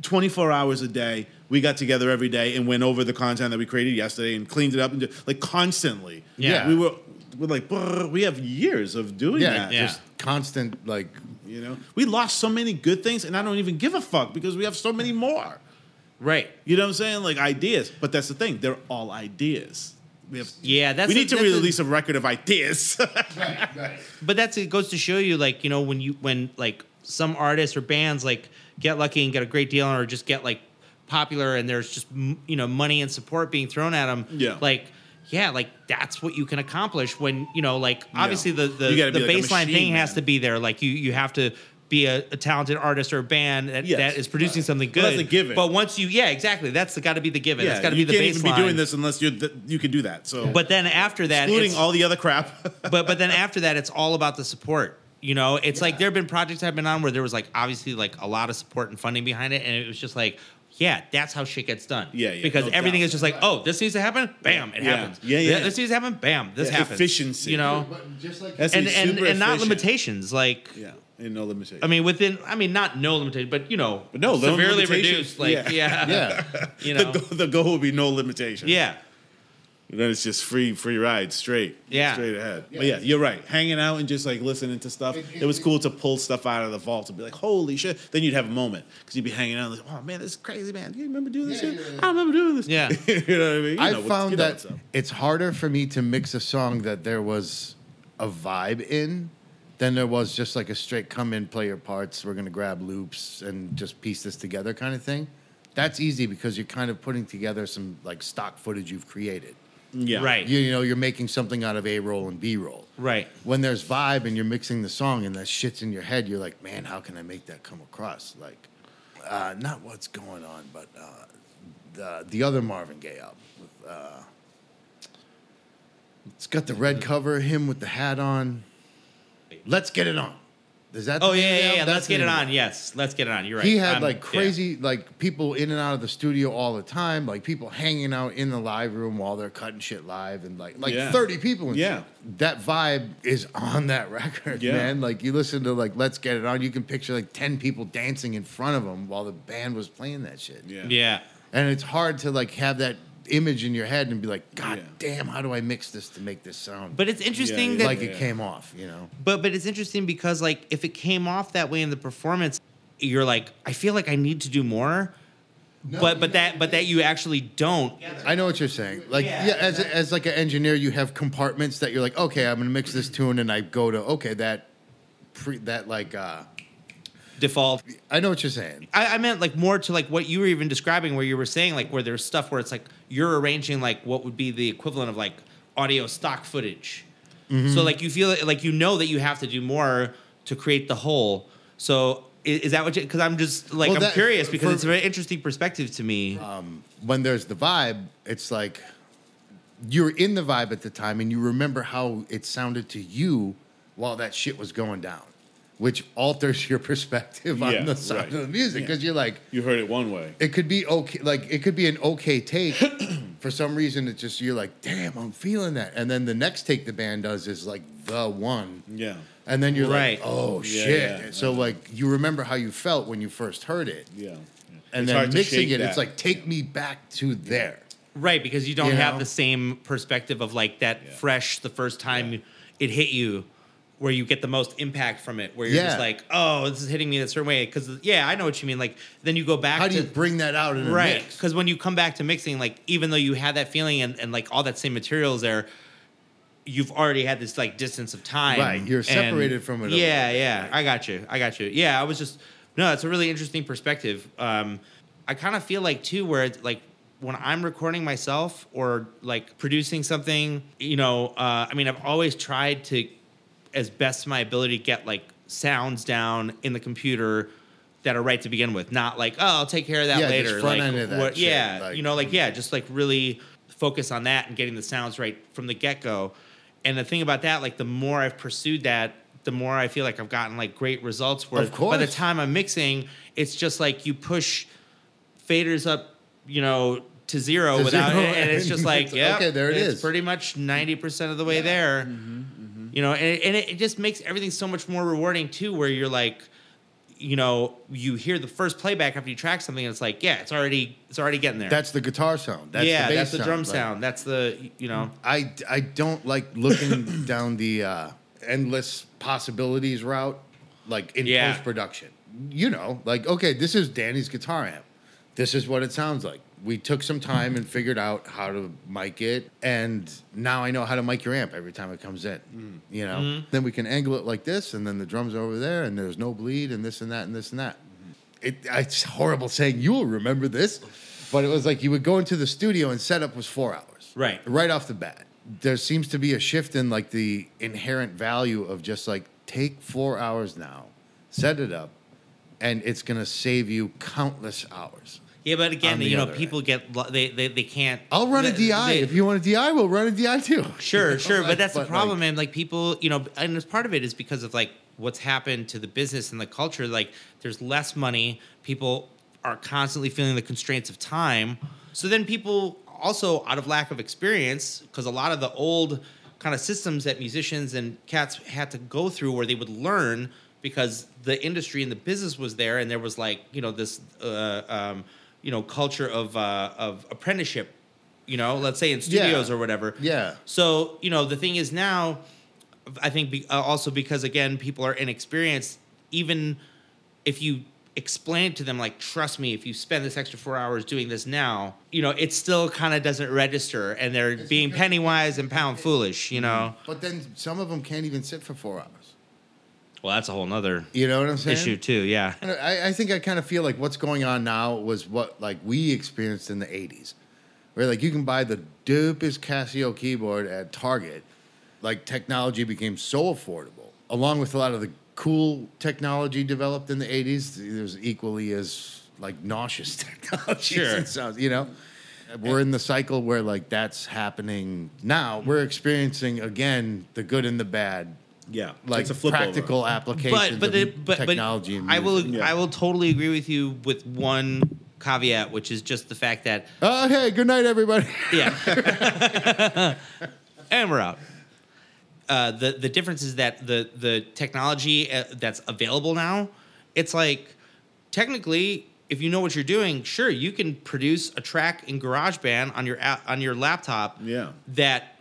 S5: 24 hours a day. We got together every day and went over the content that we created yesterday and cleaned it up and did, like constantly.
S9: Yeah.
S5: we were we're like "Brr, we have years of doing
S10: yeah,
S5: that.
S9: Yeah.
S10: just constant like
S5: You know, we lost so many good things, and I don't even give a fuck because we have so many more.
S9: right.
S5: You know what I'm saying? Like ideas, but that's the thing; they're all ideas. We have.
S9: Yeah, that's
S5: we
S9: a-
S5: need to
S9: that's a-
S5: release a, record of ideas.
S9: But that's it goes to show you, like you know, when you when like some artists or bands like get lucky and get a great deal, or just get like popular, and there's just m- you know money and support being thrown at them.
S5: Yeah.
S9: Like. Yeah, like that's what you can accomplish when you know, like obviously the the,
S5: You gotta
S9: the
S5: be like a
S9: baseline
S5: machine,
S9: thing has
S5: man.
S9: to be there. Like you you have to be a, a talented artist or a band that,
S5: Yes.
S9: that is producing something good.
S5: Well, that's a given.
S9: But once you, yeah, exactly, that's got to be the given. that's got to be
S5: you
S9: the
S5: can't
S9: baseline.
S5: even be doing this unless you th- you can do that. So,
S9: But then after that,
S5: including
S9: it's-
S5: all the other crap.
S9: but but then after that, it's all about the support. You know, it's like there have been projects I've been on where there was like obviously like a lot of support and funding behind it, and it was just like, yeah, that's how shit gets done.
S5: Yeah, yeah,
S9: Because
S5: no
S9: everything
S5: doubt.
S9: is just like, oh, this needs to happen, bam, it
S5: Yeah.
S9: happens.
S5: Yeah, yeah.
S9: This needs to happen, bam, this
S5: Yeah,
S9: happens.
S5: efficiency.
S9: You know,
S10: but just like
S5: That's
S9: and
S5: it's
S9: and,
S5: super
S9: and not
S5: efficient.
S9: limitations like.
S5: Yeah, and no limitations.
S9: I mean, within, I mean, not no limitation, but you know,
S5: But no, no
S9: severely
S5: limitations.
S9: reduced,
S5: Yeah.
S9: like, yeah,
S10: yeah.
S9: you know,
S5: the, goal, the goal would be no limitation.
S9: yeah,
S5: And then it's just free, free ride, straight,
S9: Yeah.
S5: straight ahead. But yeah, you're right. Hanging out and just like listening to stuff. It, was cool to pull stuff out of the vault and be like, "Holy shit!" Then you'd have a moment because you'd be hanging out. And like, oh man, this is crazy, man. You remember doing this? shit? I remember doing this.
S9: Yeah.
S5: you know what I mean. You
S10: I
S5: know what's-
S10: found
S5: you know
S10: that
S5: what's up.
S10: it's harder for me to mix a song that there was a vibe in than there was just like a straight come in, play your parts, we're gonna grab loops and just piece this together kind of thing. That's easy because you're kind of putting together some like stock footage you've created.
S5: Yeah.
S9: Right.
S10: You, you know, you're making something out of A roll and B roll.
S9: Right.
S10: When there's vibe and you're mixing the song and that shit's in your head, you're like, man, how can I make that come across? Like, uh, not what's going on, but uh, the the other Marvin Gaye album. With, uh, it's got the red
S9: Mm-hmm.
S10: cover, him with the hat on. Let's get it on. Is that? the
S9: Oh
S10: name of
S9: yeah,
S10: the
S9: yeah,
S10: album?
S9: yeah.
S10: That's
S9: Let's
S10: the
S9: get
S10: name
S9: it
S10: of
S9: on. Yes, let's get it on. You're right.
S10: he had
S9: I'm-
S10: like
S9: yeah.
S10: crazy like people in and out of the studio all the time, like people hanging out in the live room while they're cutting shit live, and like like
S5: Yeah.
S10: thirty people. And
S5: Yeah.
S10: shit. that vibe is on that record,
S5: Yeah.
S10: man. Like you listen to like Let's Get It On, you can picture like ten people dancing in front of them while the band was playing that shit.
S5: Yeah.
S9: Yeah.
S10: and it's hard to like have that image in your head and be like, God
S5: Yeah.
S10: damn, how do I mix this to make this sound?
S9: But it's interesting
S5: yeah,
S9: that
S10: like
S5: yeah.
S10: it came off, you know.
S9: But but it's interesting because like if it came off that way in the performance, you're like, I feel like I need to do more. but but that but that you actually don't.
S10: I know what you're saying. Like, yeah,
S9: Yeah.
S10: as, as like an engineer, you have compartments that you're like, okay, I'm gonna mix this tune, and I go to okay that, pre, that like, uh,
S9: Default.
S10: I know what you're saying.
S9: I, I meant like more to like what you were even describing, where you were saying like where there's stuff where it's like you're arranging like what would be the equivalent of like audio stock footage.
S10: Mm-hmm.
S9: So like you feel like you know that you have to do more to create the whole. So i- is, that what? you Because I'm just like
S10: Well,
S9: I'm
S10: that-
S9: curious because
S10: for-
S9: it's a very interesting perspective to me.
S10: When there's the vibe, it's like you're in the vibe at the time, and you remember how it sounded to you while that shit was going down, which alters your perspective
S5: Yeah,
S10: on the sound
S5: right.
S10: of the music because you're like,
S5: You heard it one way.
S10: it could be okay like it could be an okay take for some reason it's just you're like damn i'm feeling that and then the next take the band does is like the one
S5: Yeah.
S10: and then you're
S9: Right.
S10: like oh
S5: Yeah,
S10: shit
S5: yeah,
S10: so like you remember how you felt when you first heard it
S5: Yeah. yeah.
S10: and
S5: It's
S10: then
S5: hard to
S10: mixing
S5: shake
S10: it
S5: that.
S10: it's like take me back to there
S9: Right, because you don't
S10: You
S9: have
S10: know?
S9: the same perspective of like that
S5: Yeah.
S9: fresh the first time it hit you, where you get the most impact from it, where you're just
S10: Yeah.
S9: like, oh, this is hitting me in a certain way. Because yeah, I know what you mean. Like then you go back.
S10: how do
S9: to,
S10: you bring that out in a
S9: right?
S10: mix
S9: Because when you come back to mixing, like even though you had that feeling and, and like all that same materials there, you've already had this like distance of time.
S10: Right, you're
S9: and-
S10: separated from it a
S9: Yeah,
S10: little bit,
S9: yeah. I got you. I got you. Yeah, I was just no. It's a really interesting perspective. Um, I kind of feel like too, where it's like when I'm recording myself or like producing something, you know, uh, I mean, I've always tried to, as best my ability, get like sounds down in the computer. That are right to begin with, not like oh I'll take care of that
S10: Yeah,
S9: later.
S10: just front
S9: like,
S10: end of that
S9: what-
S10: shit,
S9: yeah,
S10: like-
S9: you know, like yeah, just like really focus on that and getting the sounds right from the get go. And the thing about that, like the more I've pursued that, the more I feel like I've gotten like great results. Where
S10: Of
S9: by the
S10: course.
S9: time I'm mixing, it's just like you push faders up, you know, to zero
S10: To
S9: without,
S10: zero,
S9: and it's just
S10: and
S9: like
S10: it's-
S9: yeah,
S10: okay, there it
S9: it's
S10: is.
S9: Pretty much ninety percent of the way there. You know, and, and it, it just makes everything so much more rewarding too, where you're like, you know, you hear the first playback after you track something, and it's like, yeah, it's already, it's already getting there
S10: that's the guitar sound that's
S9: yeah,
S10: the
S9: that's
S10: bass
S9: the drum
S10: like- Mm.
S9: sound. That's the you know.
S10: I, I don't like looking down the uh, endless possibilities route, like in
S9: Yeah.
S10: post production. You know, like okay, this is Danny's guitar amp. This is what it sounds like. We took some time and figured out how to mic it, and now I know how to mic your amp every time it comes in. You know, then we can angle it like this, and then the drums are over there, and there's no bleed, and this and that, and this and that it, it's horrible saying you will remember this, but it was like you would go into the studio and setup was four hours.
S9: Right.
S10: Right off the bat. There seems to be a shift in like the inherent value of just like take four hours now, set it up, and it's gonna save you countless hours.
S9: Yeah, but
S10: On
S9: again,
S10: the
S9: you know,
S10: other
S9: people get lo- they, they they can't.
S10: I'll run a
S9: they-
S10: DI.
S9: they-
S10: if you want a DI, we'll run a DI too.
S9: sure,
S10: You know,
S9: sure,
S10: like,
S9: but that's the
S10: like,
S9: problem, man. Like people, you know, and as part of it is because of like what's happened to the business and the culture. Like there's less money. People are constantly feeling the constraints of time. So then people also out of lack of experience, because a lot of the old kind of systems that musicians and cats had to go through where they would learn because the industry and the business was there and there was like you know this uh, um, you know culture of uh, of apprenticeship you know let's say in studios or whatever
S10: Yeah.
S9: so you know, the thing is now, I think be, uh, also because again, people are inexperienced. Even if you explain it to them, like, trust me, if you spend this extra four hours doing this now, you know, it still kind of doesn't register, and they're being penny wise and pound foolish. You know,
S10: But then some of them can't even sit for four hours. Mm-hmm.
S9: well, that's a whole nother
S10: You know what I'm saying?
S9: issue too. Yeah,
S10: And I, I think I kind of feel like what's going on now was what like we experienced in the '80s, Right? Like you can buy the dopest Casio keyboard at Target. Like technology became so affordable, along with a lot of the cool technology developed in the '80s. There's equally as like nauseous technology.
S9: Sure.
S10: you know. We're in the cycle where like that's happening now. We're experiencing again the good and the bad,
S5: Yeah,
S10: like
S5: it's a flip
S10: practical
S5: Over.
S10: application
S9: but but
S10: of
S9: it, but
S10: technology. and
S9: But I will
S10: music.
S9: I will totally agree with you with one caveat, which is just the fact that
S10: Oh, hey, good night, everybody.
S9: yeah, and we're out. Uh, the the difference is that the the technology uh, that's available now, it's like technically, if you know what you're doing, sure, you can produce a track in GarageBand on your app, on your laptop.
S5: Yeah.
S9: that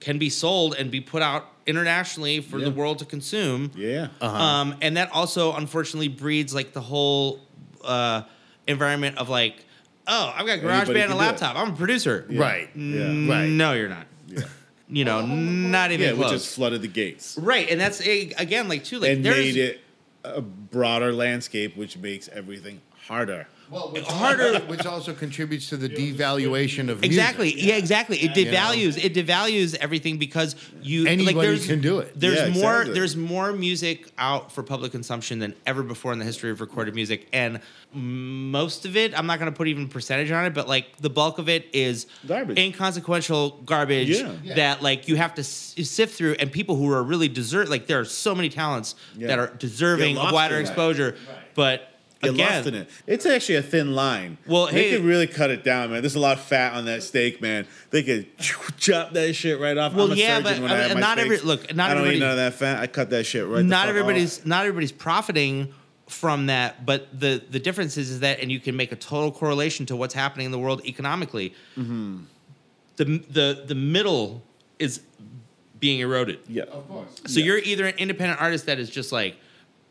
S9: can be sold and be put out internationally for
S5: Yeah.
S9: the world to consume.
S5: Yeah,
S10: Uh,
S9: Um, and that also unfortunately breeds like the whole uh, environment of like, oh, I've got
S5: Anybody
S9: GarageBand
S5: can
S9: and a
S5: do
S9: laptop. I'm a producer.
S10: Right.
S9: N-
S10: Right.
S9: No, you're not. You know, not even
S5: yeah, we
S9: close.
S5: just flooded the gates
S9: Oh. right, and that's a, again like too like
S5: and
S9: there's
S5: made it a broader landscape, which makes everything harder.
S10: Well, which
S9: Harder-
S10: which also contributes to the devaluation of music.
S9: exactly yeah, exactly it
S10: You know?
S9: devalues it devalues everything because you like,
S10: Anybody
S9: there's,
S10: can do it.
S9: There's
S5: Yeah,
S9: more
S5: exactly.
S9: there's more music out for public consumption than ever before in the history of recorded music, and most of it I'm not going to put even percentage on it, but like the bulk of it is
S5: Garbage.
S9: inconsequential garbage
S5: Yeah.
S10: Yeah.
S9: that like you have to s- sift through, and people who are really deserve like there are so many talents
S5: Yeah.
S9: that are deserving
S5: lost
S9: of
S5: in
S9: wider
S5: that.
S9: exposure, but
S5: Get
S9: again,
S5: lost in it. It's actually a thin line.
S9: Well,
S5: they
S9: hey-
S5: could really cut it down, man. There's a lot of fat on that steak, man. They could chop that shit right off.
S9: Well,
S5: I'm a
S9: yeah,
S5: surgeon
S9: but,
S5: when
S9: I
S5: I
S9: mean,
S5: have my
S9: not every-
S5: steaks.
S9: look, not
S5: I don't
S9: everybody-
S5: eat none of that fat. I cut that shit right. the fuck
S9: not
S5: off.
S9: everybody's not everybody's profiting from that but the the difference is, is that and you can make a total correlation to what's happening in the world economically
S5: Mm-hmm.
S9: the the the middle is being eroded
S5: Yeah,
S9: so you're either an independent artist that is just like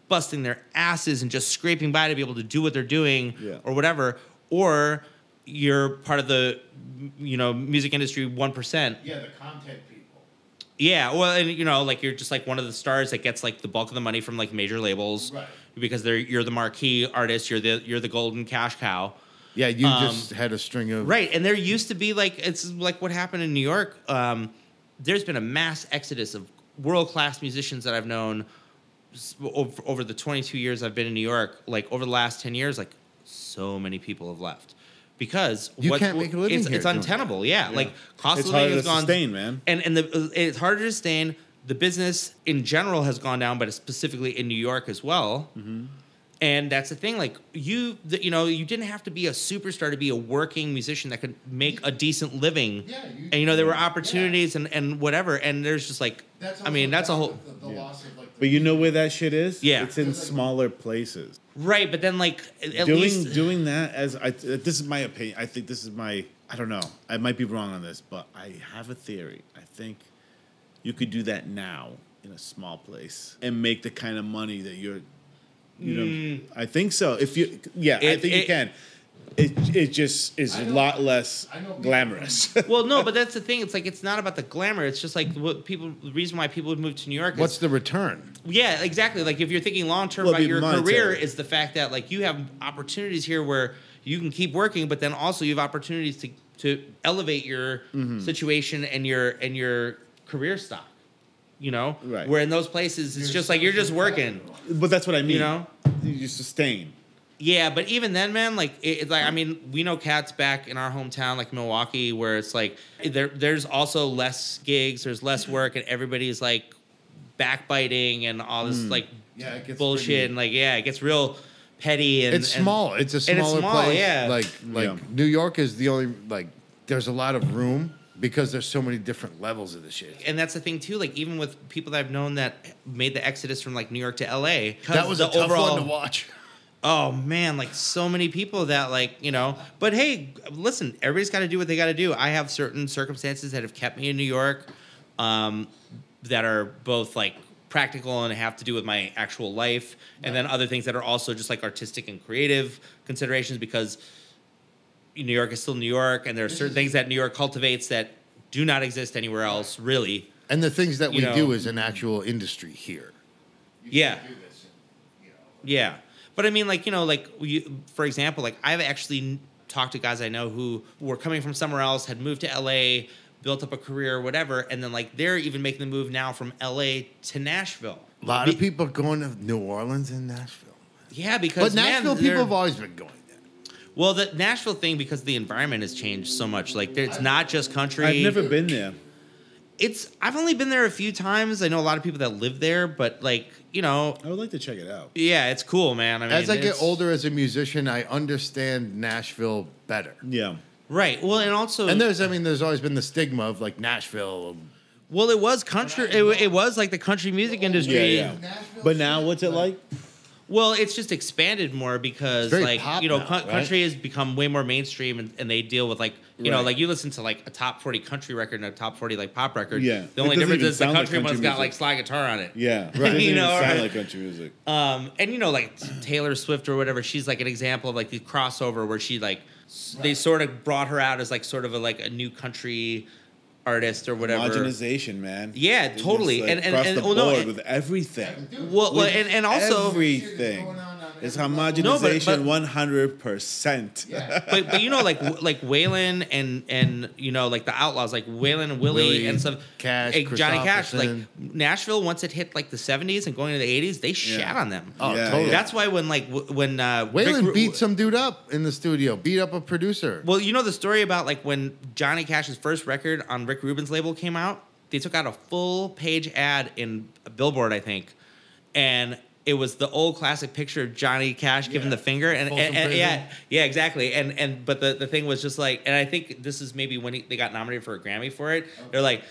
S9: busting their asses and just scraping by to be able to do what they're doing
S5: Yeah.
S9: or whatever, or you're part of the m- you know music industry one percent. Yeah, the content people. Yeah, well, and you know, like you're just like one of the stars that gets like the bulk of the money from like major labels, right? Because they're you're the marquee artist, you're the you're the golden cash cow.
S10: Yeah, you
S9: Um,
S10: just had a string of
S9: Right, and there used to be like it's like what happened in New York. Um, there's been a mass exodus of world class musicians that I've known s- over, over the 22 years I've been in New York. Like over the last 10 years, like so many people have left because
S10: You
S9: what's-
S10: can't make a living
S9: It's,
S10: here
S9: it's
S10: doing it.
S9: untenable. Yeah, like cost
S5: It's
S9: of living
S5: harder
S9: has
S5: to
S9: gone
S5: sustain, man.
S9: and and the it's harder to sustain. The business in general has gone down, but specifically in New York as well.
S10: Mm-hmm.
S9: And that's the thing, like you, the, you know, you didn't have to be a superstar to be a working musician that could make a decent living.
S10: Yeah, you-
S9: and you know there were opportunities and and whatever. And there's just like, I mean, that's a whole
S10: The, loss of like
S5: but you know where that shit is.
S9: Yeah.
S5: it's in smaller places.
S9: right. But then like at at
S5: doing
S9: least
S5: doing that as I this is my opinion. I think this is my I don't know. I might be wrong on this, but I have a theory. I think you could do that now in a small place and make the kind of money that you're you know I think so. If you yeah, I
S9: It-
S5: think
S9: Mm. it-
S5: you can. It it just is a lot less glamorous.
S9: well, no, but that's the thing. It's like it's not about the glamour. It's just like what people. The reason why people would move to New York.
S10: what's
S9: is,
S10: the return?
S9: Yeah, exactly. Like if you're thinking long term
S5: Well,
S9: about
S5: it'd be
S9: your
S5: monetary.
S9: career, is the fact that like you have opportunities here where you can keep working, but then also you have opportunities to to elevate your
S5: Mm-hmm.
S9: situation and your and your career stock. You know,
S5: Right.
S9: where in those places it's just like you're just working.
S5: but that's what I mean.
S9: You know?
S5: you sustain.
S9: Yeah, but even then, man, like, it, it- like I mean, we know cats back in our hometown, like Milwaukee, where it's like there, there's also less gigs, there's less work, and everybody's like backbiting and all
S10: Hmm.
S9: this like
S10: Yeah, it gets
S9: bullshit,
S10: pretty-
S9: and like yeah, it gets real petty and
S10: it's
S9: and-
S10: small. It's a
S9: and
S10: smaller
S9: small,
S10: place.
S9: Yeah,
S10: Like like
S5: Yeah.
S10: New York is the only like there's a lot of room because there's so many different levels of this shit.
S9: and that's the thing too. Like even with people that I've known that made the exodus from like New York to L.A. 'cause
S10: That was
S9: the
S10: a tough
S9: overall,
S10: one to watch.
S9: Oh man, like so many people that like, you know, but hey, listen, everybody's got to do what they got to do. I have certain circumstances that have kept me in New York um that are both like practical and have to do with my actual life and then other things that are also just like artistic and creative considerations because New York is still New York and there are certain things that New York cultivates that do not exist anywhere else, really.
S10: And the things that we
S9: You know.
S10: do is an actual industry here.
S9: yeah. Yeah. But I mean, like, you know, like, you, for example, like, I've actually talked to guys I know who were coming from somewhere else, had moved to LA, built up a career, whatever, and then like they're even making the move now from LA to Nashville.
S10: A lot of people going to New Orleans and Nashville,
S9: Yeah, because
S10: but Nashville
S9: man,
S10: people
S9: they're-
S10: have always been going there.
S9: well, the Nashville thing because the environment has changed so much. Like it's not just country.
S5: I've never been there.
S9: It's I've only been there a few times. I know a lot of people that live there, but like you know,
S5: I would like to check it out.
S9: yeah, it's cool, man. I mean,
S10: As I get
S9: it's-
S10: older as a musician, I understand Nashville better.
S5: Yeah.
S9: right? Well, and also
S10: And there's, I mean, there's always been the stigma of like Nashville.
S9: Well, it was country. It, wa- it was like the country music industry.
S5: But now, what's it like?
S9: Well, it's just expanded more because,
S10: very
S9: like,
S10: pop
S9: you know,
S10: now,
S9: co-
S10: right?
S9: country has become way more mainstream, and, and they deal with like, you know,
S5: Right.
S9: like you listen to like a top forty country record and a top forty like pop record.
S5: Yeah.
S9: The
S5: It
S9: only
S5: doesn't
S9: difference
S5: even
S9: is the
S5: sound like
S9: country, one's
S5: country
S9: got
S5: music.
S9: like slide guitar on it.
S5: Yeah. Right.
S9: You
S5: you
S9: know,
S5: know, sound
S9: right.
S5: like country music.
S9: Um, and you know, like Taylor Swift or whatever, she's like an example of like the crossover where she like s they sort of brought her out as like sort of a like a new country artist or whatever.
S5: Homogenization, man.
S9: Yeah,
S5: It's
S9: totally.
S5: like
S9: And- and-
S5: across
S9: and-
S5: the
S9: oh, no,
S5: board
S9: and-
S5: with everything.
S9: Well, well, and and also
S5: everything. It's
S9: No, but- but-
S5: homogenization one hundred percent.
S9: but but you know like w- like Waylon and and you know like the Outlaws like Waylon and Willie,
S10: Willie,
S9: and stuff
S10: Cash,
S9: eh, Johnny Cash like
S10: Christopherson.
S9: Nashville once it hit like the 70s and going to the 80s they shat on them
S10: Oh,
S5: Yeah,
S10: totally.
S9: that's why when like w- when uh
S10: Waylon
S9: Rick-
S10: beat some dude up in the studio, beat up a producer.
S9: well you know the story about like when Johnny Cash's first record on Rick Rubin's label came out they took out a full page ad in Billboard I think and it was the old classic picture of Johnny Cash giving the finger and,
S10: Folsom
S9: and, and-
S10: Prison.
S9: yeah yeah exactly and and but the, the thing was just like and I think this is maybe when he, they got nominated for a Grammy for it
S10: Oh.
S9: they're like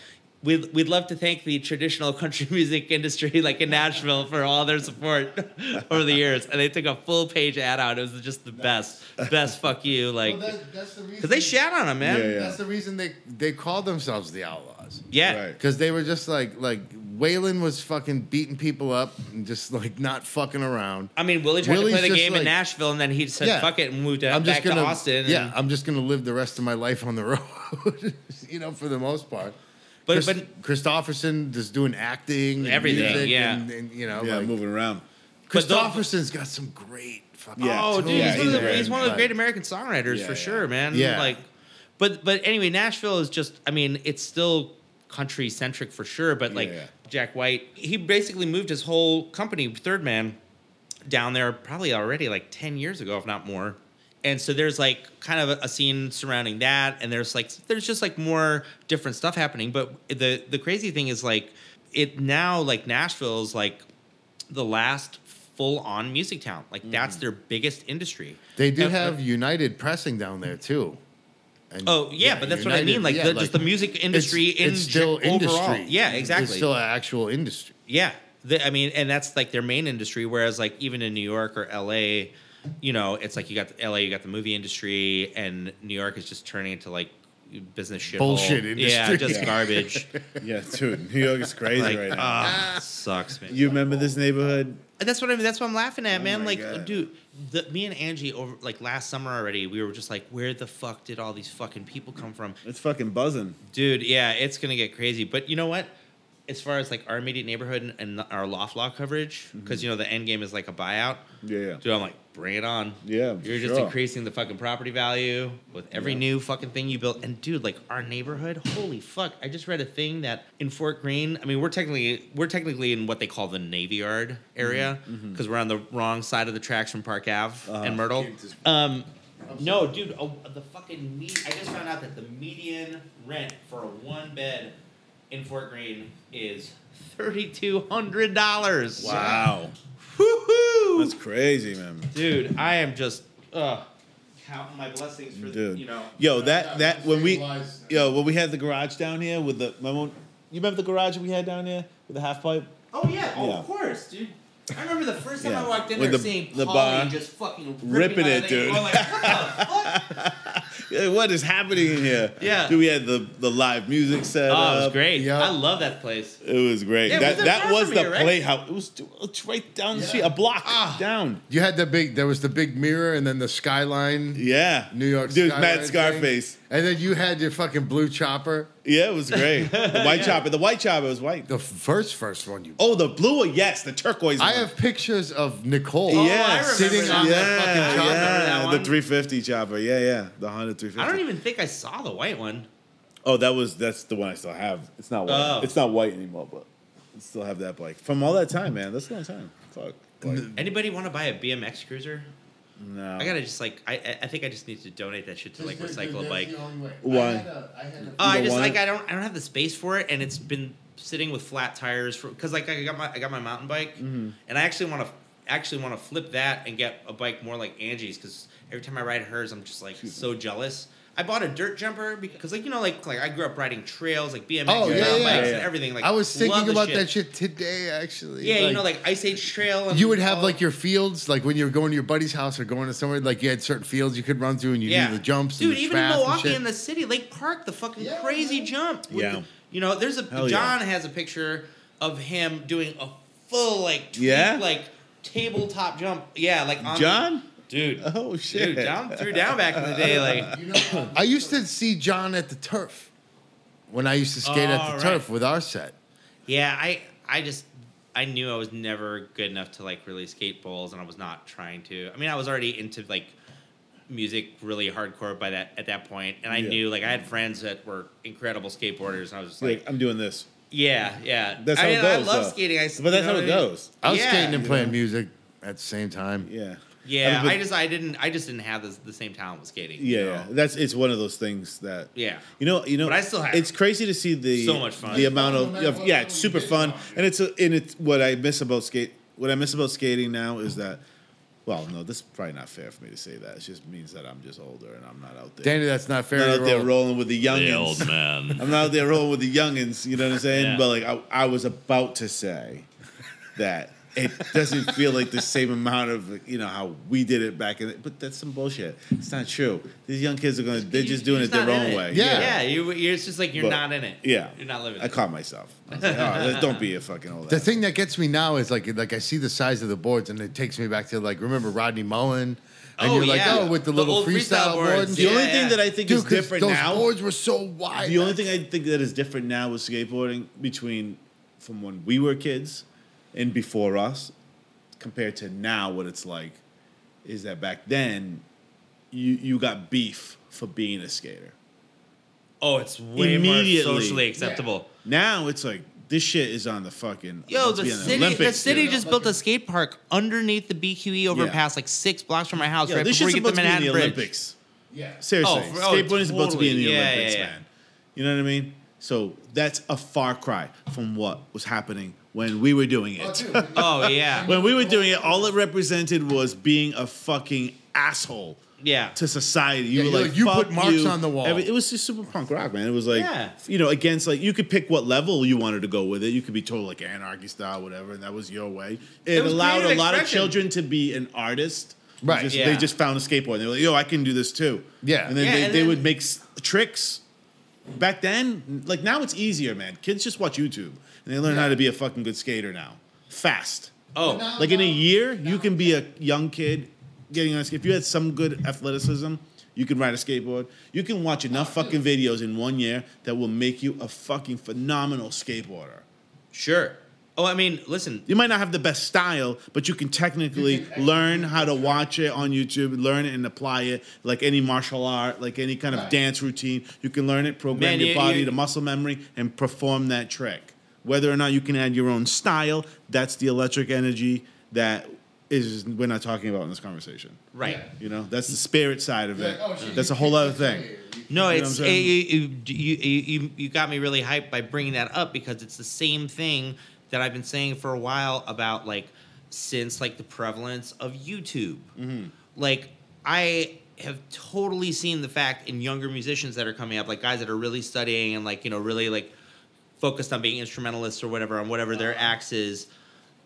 S9: we'd, we'd love to thank the traditional country music industry like in Nashville for all their support over the years and they took a full page ad out it was just the best best fuck you like
S10: that's the reason.
S9: because they shat on him man
S5: Yeah, yeah.
S10: That's the reason they they called themselves the Outlaws.
S9: Yeah.
S5: Right.
S10: Because they were just like like Waylon was fucking beating people up and just like not fucking around.
S9: I mean, Willie tried
S10: Willie's
S9: to play the
S10: just
S9: game
S10: like-
S9: in Nashville, and then he said
S10: Yeah.
S9: "fuck it" and moved
S10: I'm
S9: out,
S10: just
S9: back
S10: gonna
S9: to Austin.
S10: yeah.
S9: and-
S10: I'm just gonna live the rest of my life on the road. you know, for the most part.
S9: But-
S10: Chris,
S9: but-
S10: Christofferson is doing acting, and
S9: Everything,
S10: music
S9: yeah.
S10: and, and, you know,
S5: Yeah,
S10: like,
S5: moving around.
S9: But the-
S10: Christofferson's got some great fucking.
S5: Yeah.
S9: Oh, dude,
S5: Yeah,
S9: he's, one of the,
S5: great.
S9: he's one of the
S10: Like-
S9: great American songwriters
S5: Yeah,
S9: for
S5: yeah.
S9: sure, man.
S10: Yeah.
S9: Like, but but anyway, Nashville is just. I mean, it's still country centric for sure. But like
S5: yeah.
S9: Jack White, he basically moved his whole company, Third Man, down there probably already like ten years ago, if not more. And so there's like kind of a, a scene surrounding that, and there's like there's just like more different stuff happening. But the the crazy thing is like it now like Nashville's like the last full on music town. Like that's
S5: Mm-hmm.
S9: their biggest industry.
S10: They do
S9: And-
S10: have United pressing down there too. And-
S9: Oh yeah, but that's what I
S10: United,
S9: mean. Like,
S10: yeah,
S9: the, just the music industry
S10: it's,
S9: in
S10: it's still
S9: gen- overall.
S10: industry.
S9: Yeah, exactly.
S10: It's still an actual industry.
S9: yeah, The- I mean, and that's like their main industry. Whereas like even in New York or L.A., you know, it's like you got the L.A. you got the movie industry, and New York is just turning into like business shit
S10: Bullshit
S9: Yeah,
S10: industry.
S9: just
S10: Yeah.
S9: garbage.
S5: Yeah, dude, New York is crazy
S9: like,
S5: right now.
S9: ah, sucks, man.
S5: you remember this neighborhood?
S9: And That's what I mean. That's what I'm laughing at, man.
S5: my
S9: Like,
S5: God.
S9: dude, the, me and Angie over like last summer already. We were just like, where the fuck did all these fucking people come from?
S5: It's fucking buzzing.
S9: Dude, yeah, it's gonna get crazy. But you know what? As far as like our immediate neighborhood and, and our loft law coverage, because you know the end game is like a buyout.
S5: Yeah, yeah.
S9: Dude, I'm like, bring it on.
S5: Yeah,
S9: You're
S5: for
S9: just
S5: sure.
S9: increasing the fucking property value with every new fucking thing you built. And dude, like our neighborhood, holy fuck. I just read a thing that in Fort Greene, I mean, we're technically we're technically in what they call the Navy Yard area
S5: Mm-hmm.
S9: because we're on the wrong side of the tracks from Park Ave
S5: Uh,
S9: and Myrtle. Um no, dude, oh, the fucking me- I just found out that the median rent for a one bed in Fort Greene is $3200.
S5: Wow,
S9: Woohoo!
S5: that's crazy, man.
S9: Dude, I am just uh, counting my blessings for
S5: Dude,
S9: you know.
S5: yo, that that when we, yo, when we had the garage down here with the, remember, you remember the garage we had down here with the half pipe?
S9: Oh yeah, oh,
S5: Yeah.
S9: of course, dude. I remember the first time
S5: Yeah.
S9: I walked in
S5: With
S9: there
S5: the-
S9: seeing
S5: the
S9: Paulie
S5: bar.
S9: just fucking
S5: Ripping
S9: ripping,
S5: it, dude.
S9: i like, what the fuck?
S5: Yeah, What is happening in here?
S9: Yeah.
S5: dude, we had the the live music set
S9: Oh, it
S5: up.
S9: was great.
S10: Yeah.
S9: I love that place.
S5: It was great.
S9: Yeah,
S5: that
S9: it wasn't
S5: that
S9: far
S5: was
S9: from
S5: the
S9: here, right? Ah.
S5: playhouse. It was t- it's right down the street, a block down.
S10: You had the big. There was the big mirror, and then the skyline.
S5: Yeah,
S10: New York.
S5: Dude,
S10: skyline
S5: Matt
S10: thing.
S5: Scarface.
S10: And then you had your fucking blue chopper.
S5: Yeah, it was great. The white chopper. The white chopper was white.
S10: The first first one you.
S5: Oh, the blue one. Yes, the turquoise.
S10: I
S5: one.
S10: have pictures of Nicole
S5: Yeah,
S9: Oh, remember
S10: sitting
S9: that.
S10: on
S5: yeah,
S10: that fucking chopper.
S5: yeah,
S9: that
S5: the
S9: one?
S5: 350 chopper. Yeah, yeah, the Honda 350.
S9: I don't even think I saw the white one.
S5: Oh, that was that's the one I still have. It's not white.
S9: Oh.
S5: It's not white anymore, but I still have that bike from all that time, man. That's a long time. Fuck. Like,
S9: Anybody want to buy a BMX cruiser?
S5: no.
S9: I gotta just like I- I I think I just need to donate that shit to like recycle a bike.
S5: Why?
S9: Oh, I
S5: don't
S9: just
S5: want
S9: like
S5: it?
S9: I don't I don't have the space for it, and it's been sitting with flat tires for because like I got my I got my mountain bike,
S10: Mm-hmm.
S9: and I actually want to actually want to flip that and get a bike more like Angie's because every time I ride hers, I'm just like so jealous. I bought a dirt jumper because like you know like like I grew up riding trails like BMX
S10: Oh,
S9: and
S10: yeah,
S9: mountain
S10: yeah,
S9: bikes
S5: yeah.
S9: and everything. Like
S10: I was
S9: love the
S10: thinking about that shit today, actually.
S9: Yeah, you know like oh. Ice Age Trail. And
S10: you would have
S9: all-
S10: like your fields, like when you were going to your buddy's house or going to somewhere, like you had certain fields you could run through and you
S9: yeah
S10: knew the jumps.
S9: dude.
S10: and the
S9: even in
S10: path and
S9: Milwaukee
S10: shit.
S9: in the city, Lake Park, the fucking crazy jump. with
S5: Yeah.
S9: the- you know, there's a
S5: Hell yeah.
S9: John has a picture of him doing a full like tweak,
S5: Yeah?
S9: like tabletop jump. Yeah, like on
S5: John?
S9: dude.
S5: Oh shit.
S9: Dude, John threw down back in the day. Like
S10: I used to see John at the turf when I used to skate at the
S9: All right.
S10: turf with our set.
S9: Yeah, I I just I knew I was never good enough to like really skate bowls, and I was not trying to. I mean, I was already into like music really hardcore by that at that point, and I
S5: Yeah.
S9: knew like I had friends that were incredible skateboarders, and I was just like,
S5: Like I'm doing this.
S9: yeah, yeah.
S5: That's
S9: I
S5: how
S9: mean,
S5: it goes.
S9: I love
S5: though.
S9: skating. I, s-
S5: but that's
S9: you
S5: how
S9: know
S5: it
S9: what I mean?
S5: goes.
S10: I was
S9: Yeah.
S10: skating and
S9: You
S10: playing music at the same time.
S5: Yeah.
S9: Yeah,
S5: I mean,
S9: I
S5: but-
S9: just I didn't I just didn't have this, the same talent with skating. you
S5: Yeah,
S9: know?
S5: yeah. that's it's one of those things that
S9: Yeah.
S5: You know, you know,
S9: But I still have
S5: It's crazy to see the
S9: So much fun.
S5: the amount of, of- yeah, it's super fun, and it's a, and it's what I miss about skate. What I miss about skating now is that. Well, no, this is probably not fair for me to say that. It just means that I'm just older and I'm not out there.
S10: Danny, that's not fair.
S5: I'm not
S10: to
S5: out there
S10: roll.
S5: rolling with the youngins.
S8: man.
S5: I'm not out there rolling with the youngins. You know what I'm saying?
S8: Yeah.
S5: But like, I, I was about to say that it doesn't feel like the same amount of you know how we did it back in. The, but that's some bullshit. It's not true. These young kids are going. to They're
S9: You-
S5: just doing
S9: you're
S5: it their
S9: not in
S5: own way.
S10: Yeah.
S9: yeah. You, you're it's just like you're
S5: But-
S9: not in it.
S5: Yeah.
S9: you're not living.
S5: I
S9: it.
S5: caught myself. I was like, oh, don't be a fucking old.
S10: The
S5: ass.
S10: thing that gets me now is like like I see the size of the boards and it takes me back to like remember Rodney Mullen and
S9: Oh,
S10: you're like
S9: yeah.
S10: oh with the,
S9: The
S10: little
S9: old
S10: freestyle,
S9: freestyle
S10: board.
S9: boards,
S10: And
S5: The only
S9: Yeah,
S5: thing
S9: yeah.
S5: that I think
S10: Dude,
S5: is
S10: 'cause
S5: different
S10: those
S5: now.
S10: boards were so wide.
S5: The only thing I think that is different now with skateboarding between from when we were kids and before us compared to now what it's like is that back then you you got beef for being a skater.
S9: oh, it's way more
S5: Immediately.
S9: socially acceptable.
S5: Now it's like this shit is on the fucking
S9: Yo,
S5: let's
S9: the
S5: be on the
S9: city, the
S5: Olympics,
S9: city
S5: dude.
S9: just built a skate park underneath the BQE overpass, like six blocks from my house,
S5: Yo,
S9: right
S5: this
S9: before
S5: shit's
S9: you get the
S5: supposed to be in
S9: Manhattan
S5: the
S9: Bridge.
S5: Olympics. Seriously,
S9: Oh, for- oh,
S5: skateboarding is supposed to be in the
S9: totally. Yeah,
S5: Olympics,
S9: yeah, yeah.
S5: man. You know what I mean? So that's a far cry from what was happening when we were doing it.
S9: Oh yeah,
S5: When we were doing it, all it represented was being a fucking asshole
S9: yeah.
S5: to society. You were
S10: Yeah, you're
S5: like,
S10: like, you
S5: "Fuck
S10: put marks
S5: you."
S10: on the wall.
S5: Every- it was just super punk rock, man. It was like,
S9: Yeah.
S5: you know, against like you could pick what level you wanted to go with it. You could be total like anarchy style, whatever, and that was your way. It,
S9: was
S5: allowed a
S9: creative
S5: lot of
S9: expression.
S5: children to be an artist. They
S10: Right.
S5: just-
S9: Yeah.
S5: They just found a skateboard. And they were like, yo, I can do this too.
S10: Yeah.
S5: And then
S9: Yeah,
S5: they,
S9: and
S5: they
S9: then-
S5: would make s- tricks. Back then, like now it's easier, man. Kids just watch YouTube and they learn how to be a fucking good skater now. Fast.
S9: Oh,
S5: Like in a year, you can be a young kid getting on a skate. If you had some good athleticism, you can ride a skateboard. You can watch enough fucking videos in one year that will make you a fucking phenomenal skateboarder.
S9: sure. Oh, I mean, listen.
S5: You might not have the best style, but you can technically learn how to watch it on YouTube, learn it and apply it like any martial art, like any kind of dance routine. You can learn it, program
S9: Man,
S5: your
S9: you-
S5: body
S9: you-
S5: to muscle memory, and perform that trick. Whether or not you can add your own style, that's the electric energy that is we're not talking about in this conversation.
S9: Right.
S5: You know, that's the spirit side of it. that's a whole other thing.
S9: No,
S5: You know
S9: it's
S5: what I'm
S9: it,
S5: saying?
S9: you, you, you, you- you got me really hyped by bringing that up because it's the same thing that I've been saying for a while about like since like the prevalence of YouTube.
S5: Mm-hmm.
S9: Like I have totally seen the fact in younger musicians that are coming up, like guys that are really studying and like you know really like focused on being instrumentalists or whatever on whatever their
S5: Uh-huh.
S9: axe is.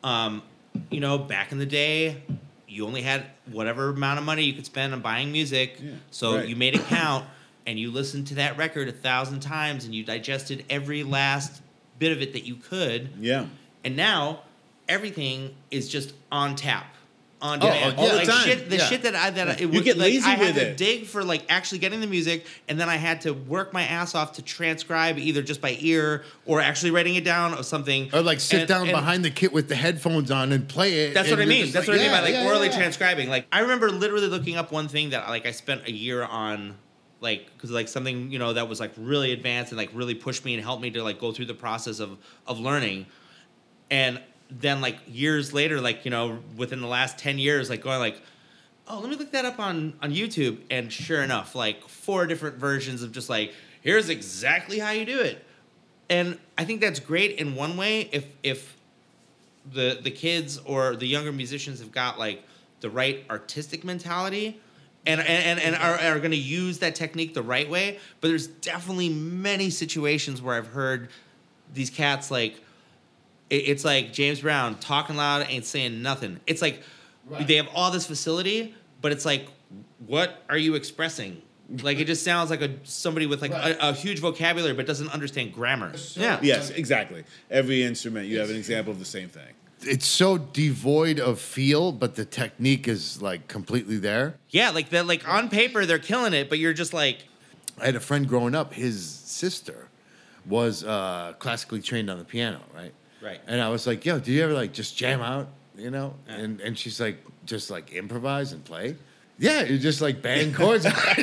S9: Um, you know, back in the day, you only had whatever amount of money you could spend on buying music. so
S5: right.
S9: you made a count and you listened to that record a thousand times and you digested every last bit of it that you could.
S5: Yeah.
S9: And now everything is just on tap, on
S10: Oh,
S9: demand.
S10: all the
S9: like
S5: time.
S9: Shit, the
S10: Yeah.
S9: shit that I that I- it
S5: You
S9: was,
S5: get
S9: like,
S5: lazy
S9: I
S5: with
S9: had to
S5: it.
S9: dig for like actually getting the music, and then I had to work my ass off to transcribe either just by ear or actually writing it down of something.
S10: Or like sit
S9: And-
S10: down
S9: and-
S10: behind the kit with the headphones on and play it.
S9: That's
S10: and
S9: what I
S10: you're
S9: mean.
S10: just
S9: That's
S10: like,
S9: what I mean by
S10: yeah,
S9: like
S10: yeah,
S9: orally
S10: yeah.
S9: transcribing. Like I remember literally looking up one thing that like I spent a year on, like because like something you know that was like really advanced and like really pushed me and helped me to like go through the process of of learning, and then like years later, like you know within the last ten years, like going like. Oh, let me look that up on, on YouTube. And sure enough, like four different versions of just like, here's exactly how you do it. And I think that's great in one way if if the the kids or the younger musicians have got like the right artistic mentality and and, and, and are, are going to use that technique the right way but there's definitely many situations where i've heard these cats like it- it's like james brown talking loud ain't saying nothing it's like they have all this facility but it's like what are you expressing like it just sounds like a somebody with like a, a huge vocabulary but doesn't understand grammar yeah
S5: Yes, exactly. Every instrument, you have an example of the same thing.
S10: It's so devoid of feel, but the technique is like completely there.
S9: yeah like that like on paper they're killing it but you're just like
S10: I had a friend growing up. His sister was uh, classically trained on the piano, right?
S9: Right.
S10: And I was like, "Yo, do you ever like just jam out?" You know? And and she's like, "Just like improvise and play." Yeah, you just like bang chords.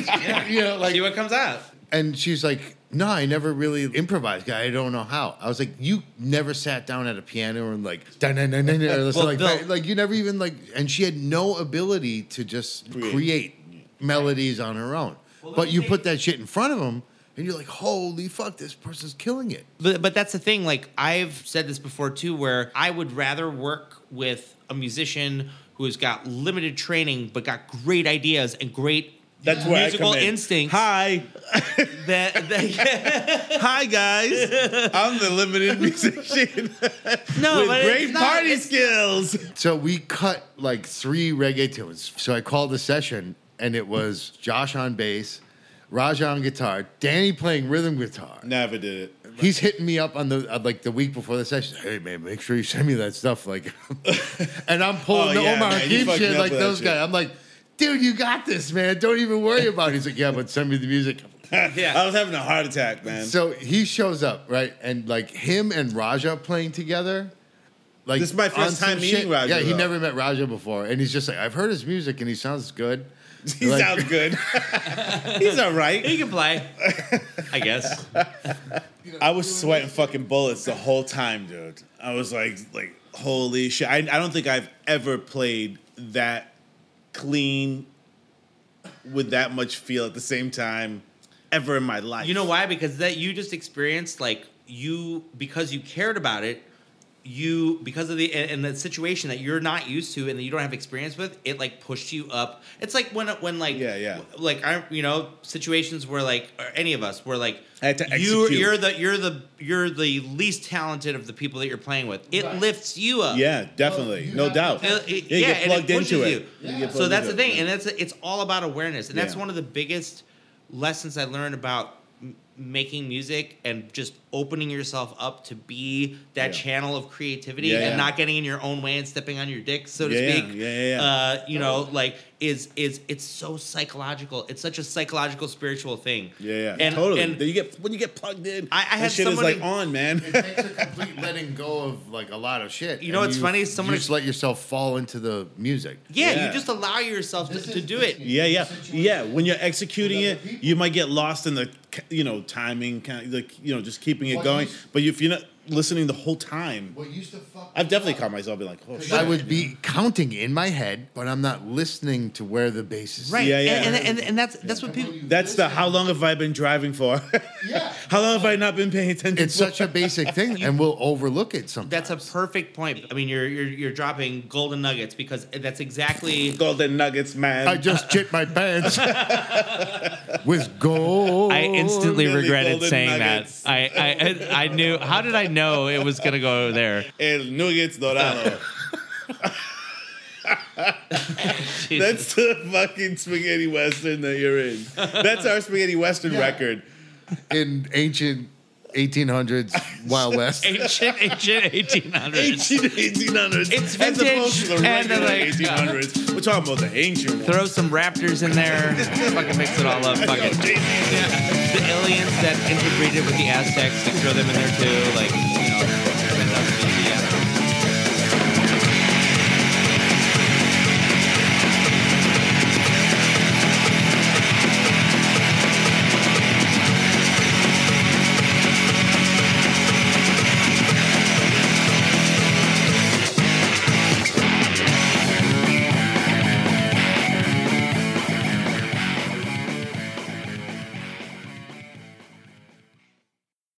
S10: you know, like
S9: see what comes out.
S10: And she's like, "No, I never really improvised. I don't know how." I was like, "You never sat down at a piano and like, dun, dun, dun, dun, dun, or listen
S9: Well,
S10: like,
S9: Bill-
S10: that. like you never even like." And she had no ability to just create, melodies on her own. but you put that shit in front of them, and you're like, "Holy fuck, this person's killing it."
S9: But, but that's the thing. Like I've said this before too, where I would rather work with a musician who has got limited training but got great ideas and great
S5: That's where I
S9: musical
S5: come in.
S9: instincts.
S5: Hi,
S9: That, that-
S5: hi guys. I'm the limited musician
S9: no,
S5: with
S9: but
S5: great
S9: it's not-
S5: party
S9: it's-
S5: skills.
S10: So we cut like three reggae tunes. So I called the session, and it was Josh on bass, Raj on guitar, Danny playing rhythm guitar.
S5: Never did it.
S10: He's hitting me up on the uh, like the week before the session. Hey man, make sure you send me that stuff. Like, and I'm pulling
S5: Oh,
S10: the
S5: yeah,
S10: Omar
S5: man, you
S10: Hakim
S5: fucked me
S10: shit
S5: up
S10: like
S5: with that
S10: those
S5: shit.
S10: guys. I'm like, dude, you got this, man. Don't even worry about. it. He's like, yeah, but send me the music.
S9: Yeah.
S5: I was having a heart attack, man.
S10: So he shows up right, and like him and Raja playing together. Like
S5: This is my first
S10: on some
S5: time meeting
S10: shit-
S5: Raja,
S10: Yeah, he
S5: though.
S10: never met Raja before, and he's just like, I've heard his music, and he sounds good.
S5: he
S10: Like-
S5: sounds good. He's all right.
S9: he can play, I guess.
S5: I was sweating fucking bullets the whole time, dude. I was like, like, holy shit. I, I don't think I've ever played that clean with that much feel at the same time ever in my life.
S9: You know why? Because that you just experienced like you because you cared about it. You because of the and, and the situation that you're not used to and that you don't have experience with, it like pushed you up. It's like when when like
S5: Yeah, yeah.
S9: like I you know situations where like or any of us where like
S5: I had to
S9: you
S5: execute.
S9: you're the you're the you're the least talented of the people that you're playing with. It lifts you up.
S5: Yeah, definitely, no doubt.
S9: Uh, it-
S5: you
S9: yeah,
S5: get plugged
S9: and it pushes
S5: into it.
S9: you.
S5: You get
S9: So
S5: plugged
S9: that's the
S5: into it.
S9: thing, and that's it's all about awareness, and that's
S5: Yeah.
S9: one of the biggest lessons I learned about m- making music and just opening yourself up to be that
S5: Yeah.
S9: channel of creativity
S5: Yeah,
S9: and
S5: yeah.
S9: not getting in your own way and stepping on your dick, so to
S5: Yeah, yeah,
S9: speak.
S5: yeah, yeah, yeah.
S9: Uh, you know, like is is it's so psychological. It's such a psychological, spiritual thing.
S5: Yeah, yeah,
S9: and,
S5: totally.
S9: and-
S5: Then you get when you get plugged in.
S9: I- I
S5: that
S9: had
S5: shit is
S9: someone
S5: like
S9: in-
S5: on, man.
S10: It's a complete letting go of like a lot of shit.
S9: You know
S10: and
S9: what's funny? Someone-
S10: you just let yourself fall into the music.
S9: yeah,
S5: Yeah.
S9: you just allow yourself to, to do it.
S5: yeah, yeah, yeah. When you're executing it, you might get lost in the ca- you know timing, kind of like you know just keeping it
S10: What
S5: going.
S10: used-
S5: But if you're not listening the whole time,
S10: What used to fuck?
S5: I've definitely caught myself being like, oh shit.
S10: I would be counting in my head, but I'm not listening to where the bass is.
S9: Right.
S5: Yeah, yeah.
S9: And, and, and, and that's that's what people
S5: That's the how long have I been driving for?
S10: Yeah.
S5: how long have I not been paying attention?
S10: It's
S5: for?
S10: such a basic thing, and we'll overlook it sometimes.
S9: That's a perfect point. I mean, you're you're you're dropping golden nuggets because that's exactly.
S5: golden nuggets, man.
S10: I just shit my pants with gold.
S6: I instantly
S5: Golden
S6: regretted
S5: Golden
S6: saying
S5: Nuggets.
S6: that. I, I I knew. How did I know it was gonna go there?
S5: El nuggets dorado. That's the fucking spaghetti western that you're in. That's our spaghetti western record.
S10: in ancient 1800s Wild West.
S9: ancient, ancient 1800s.
S5: 1800s.
S9: It's
S5: As opposed to the
S9: vintage and
S5: regular
S9: like, uh,
S5: 1800s. We're talking about the ancient one.
S9: Throw some raptors in there. fucking mix it all up. Fuck it.
S5: Oh,
S9: The aliens that integrated with the Aztecs, like throw them in there too. Like, you know.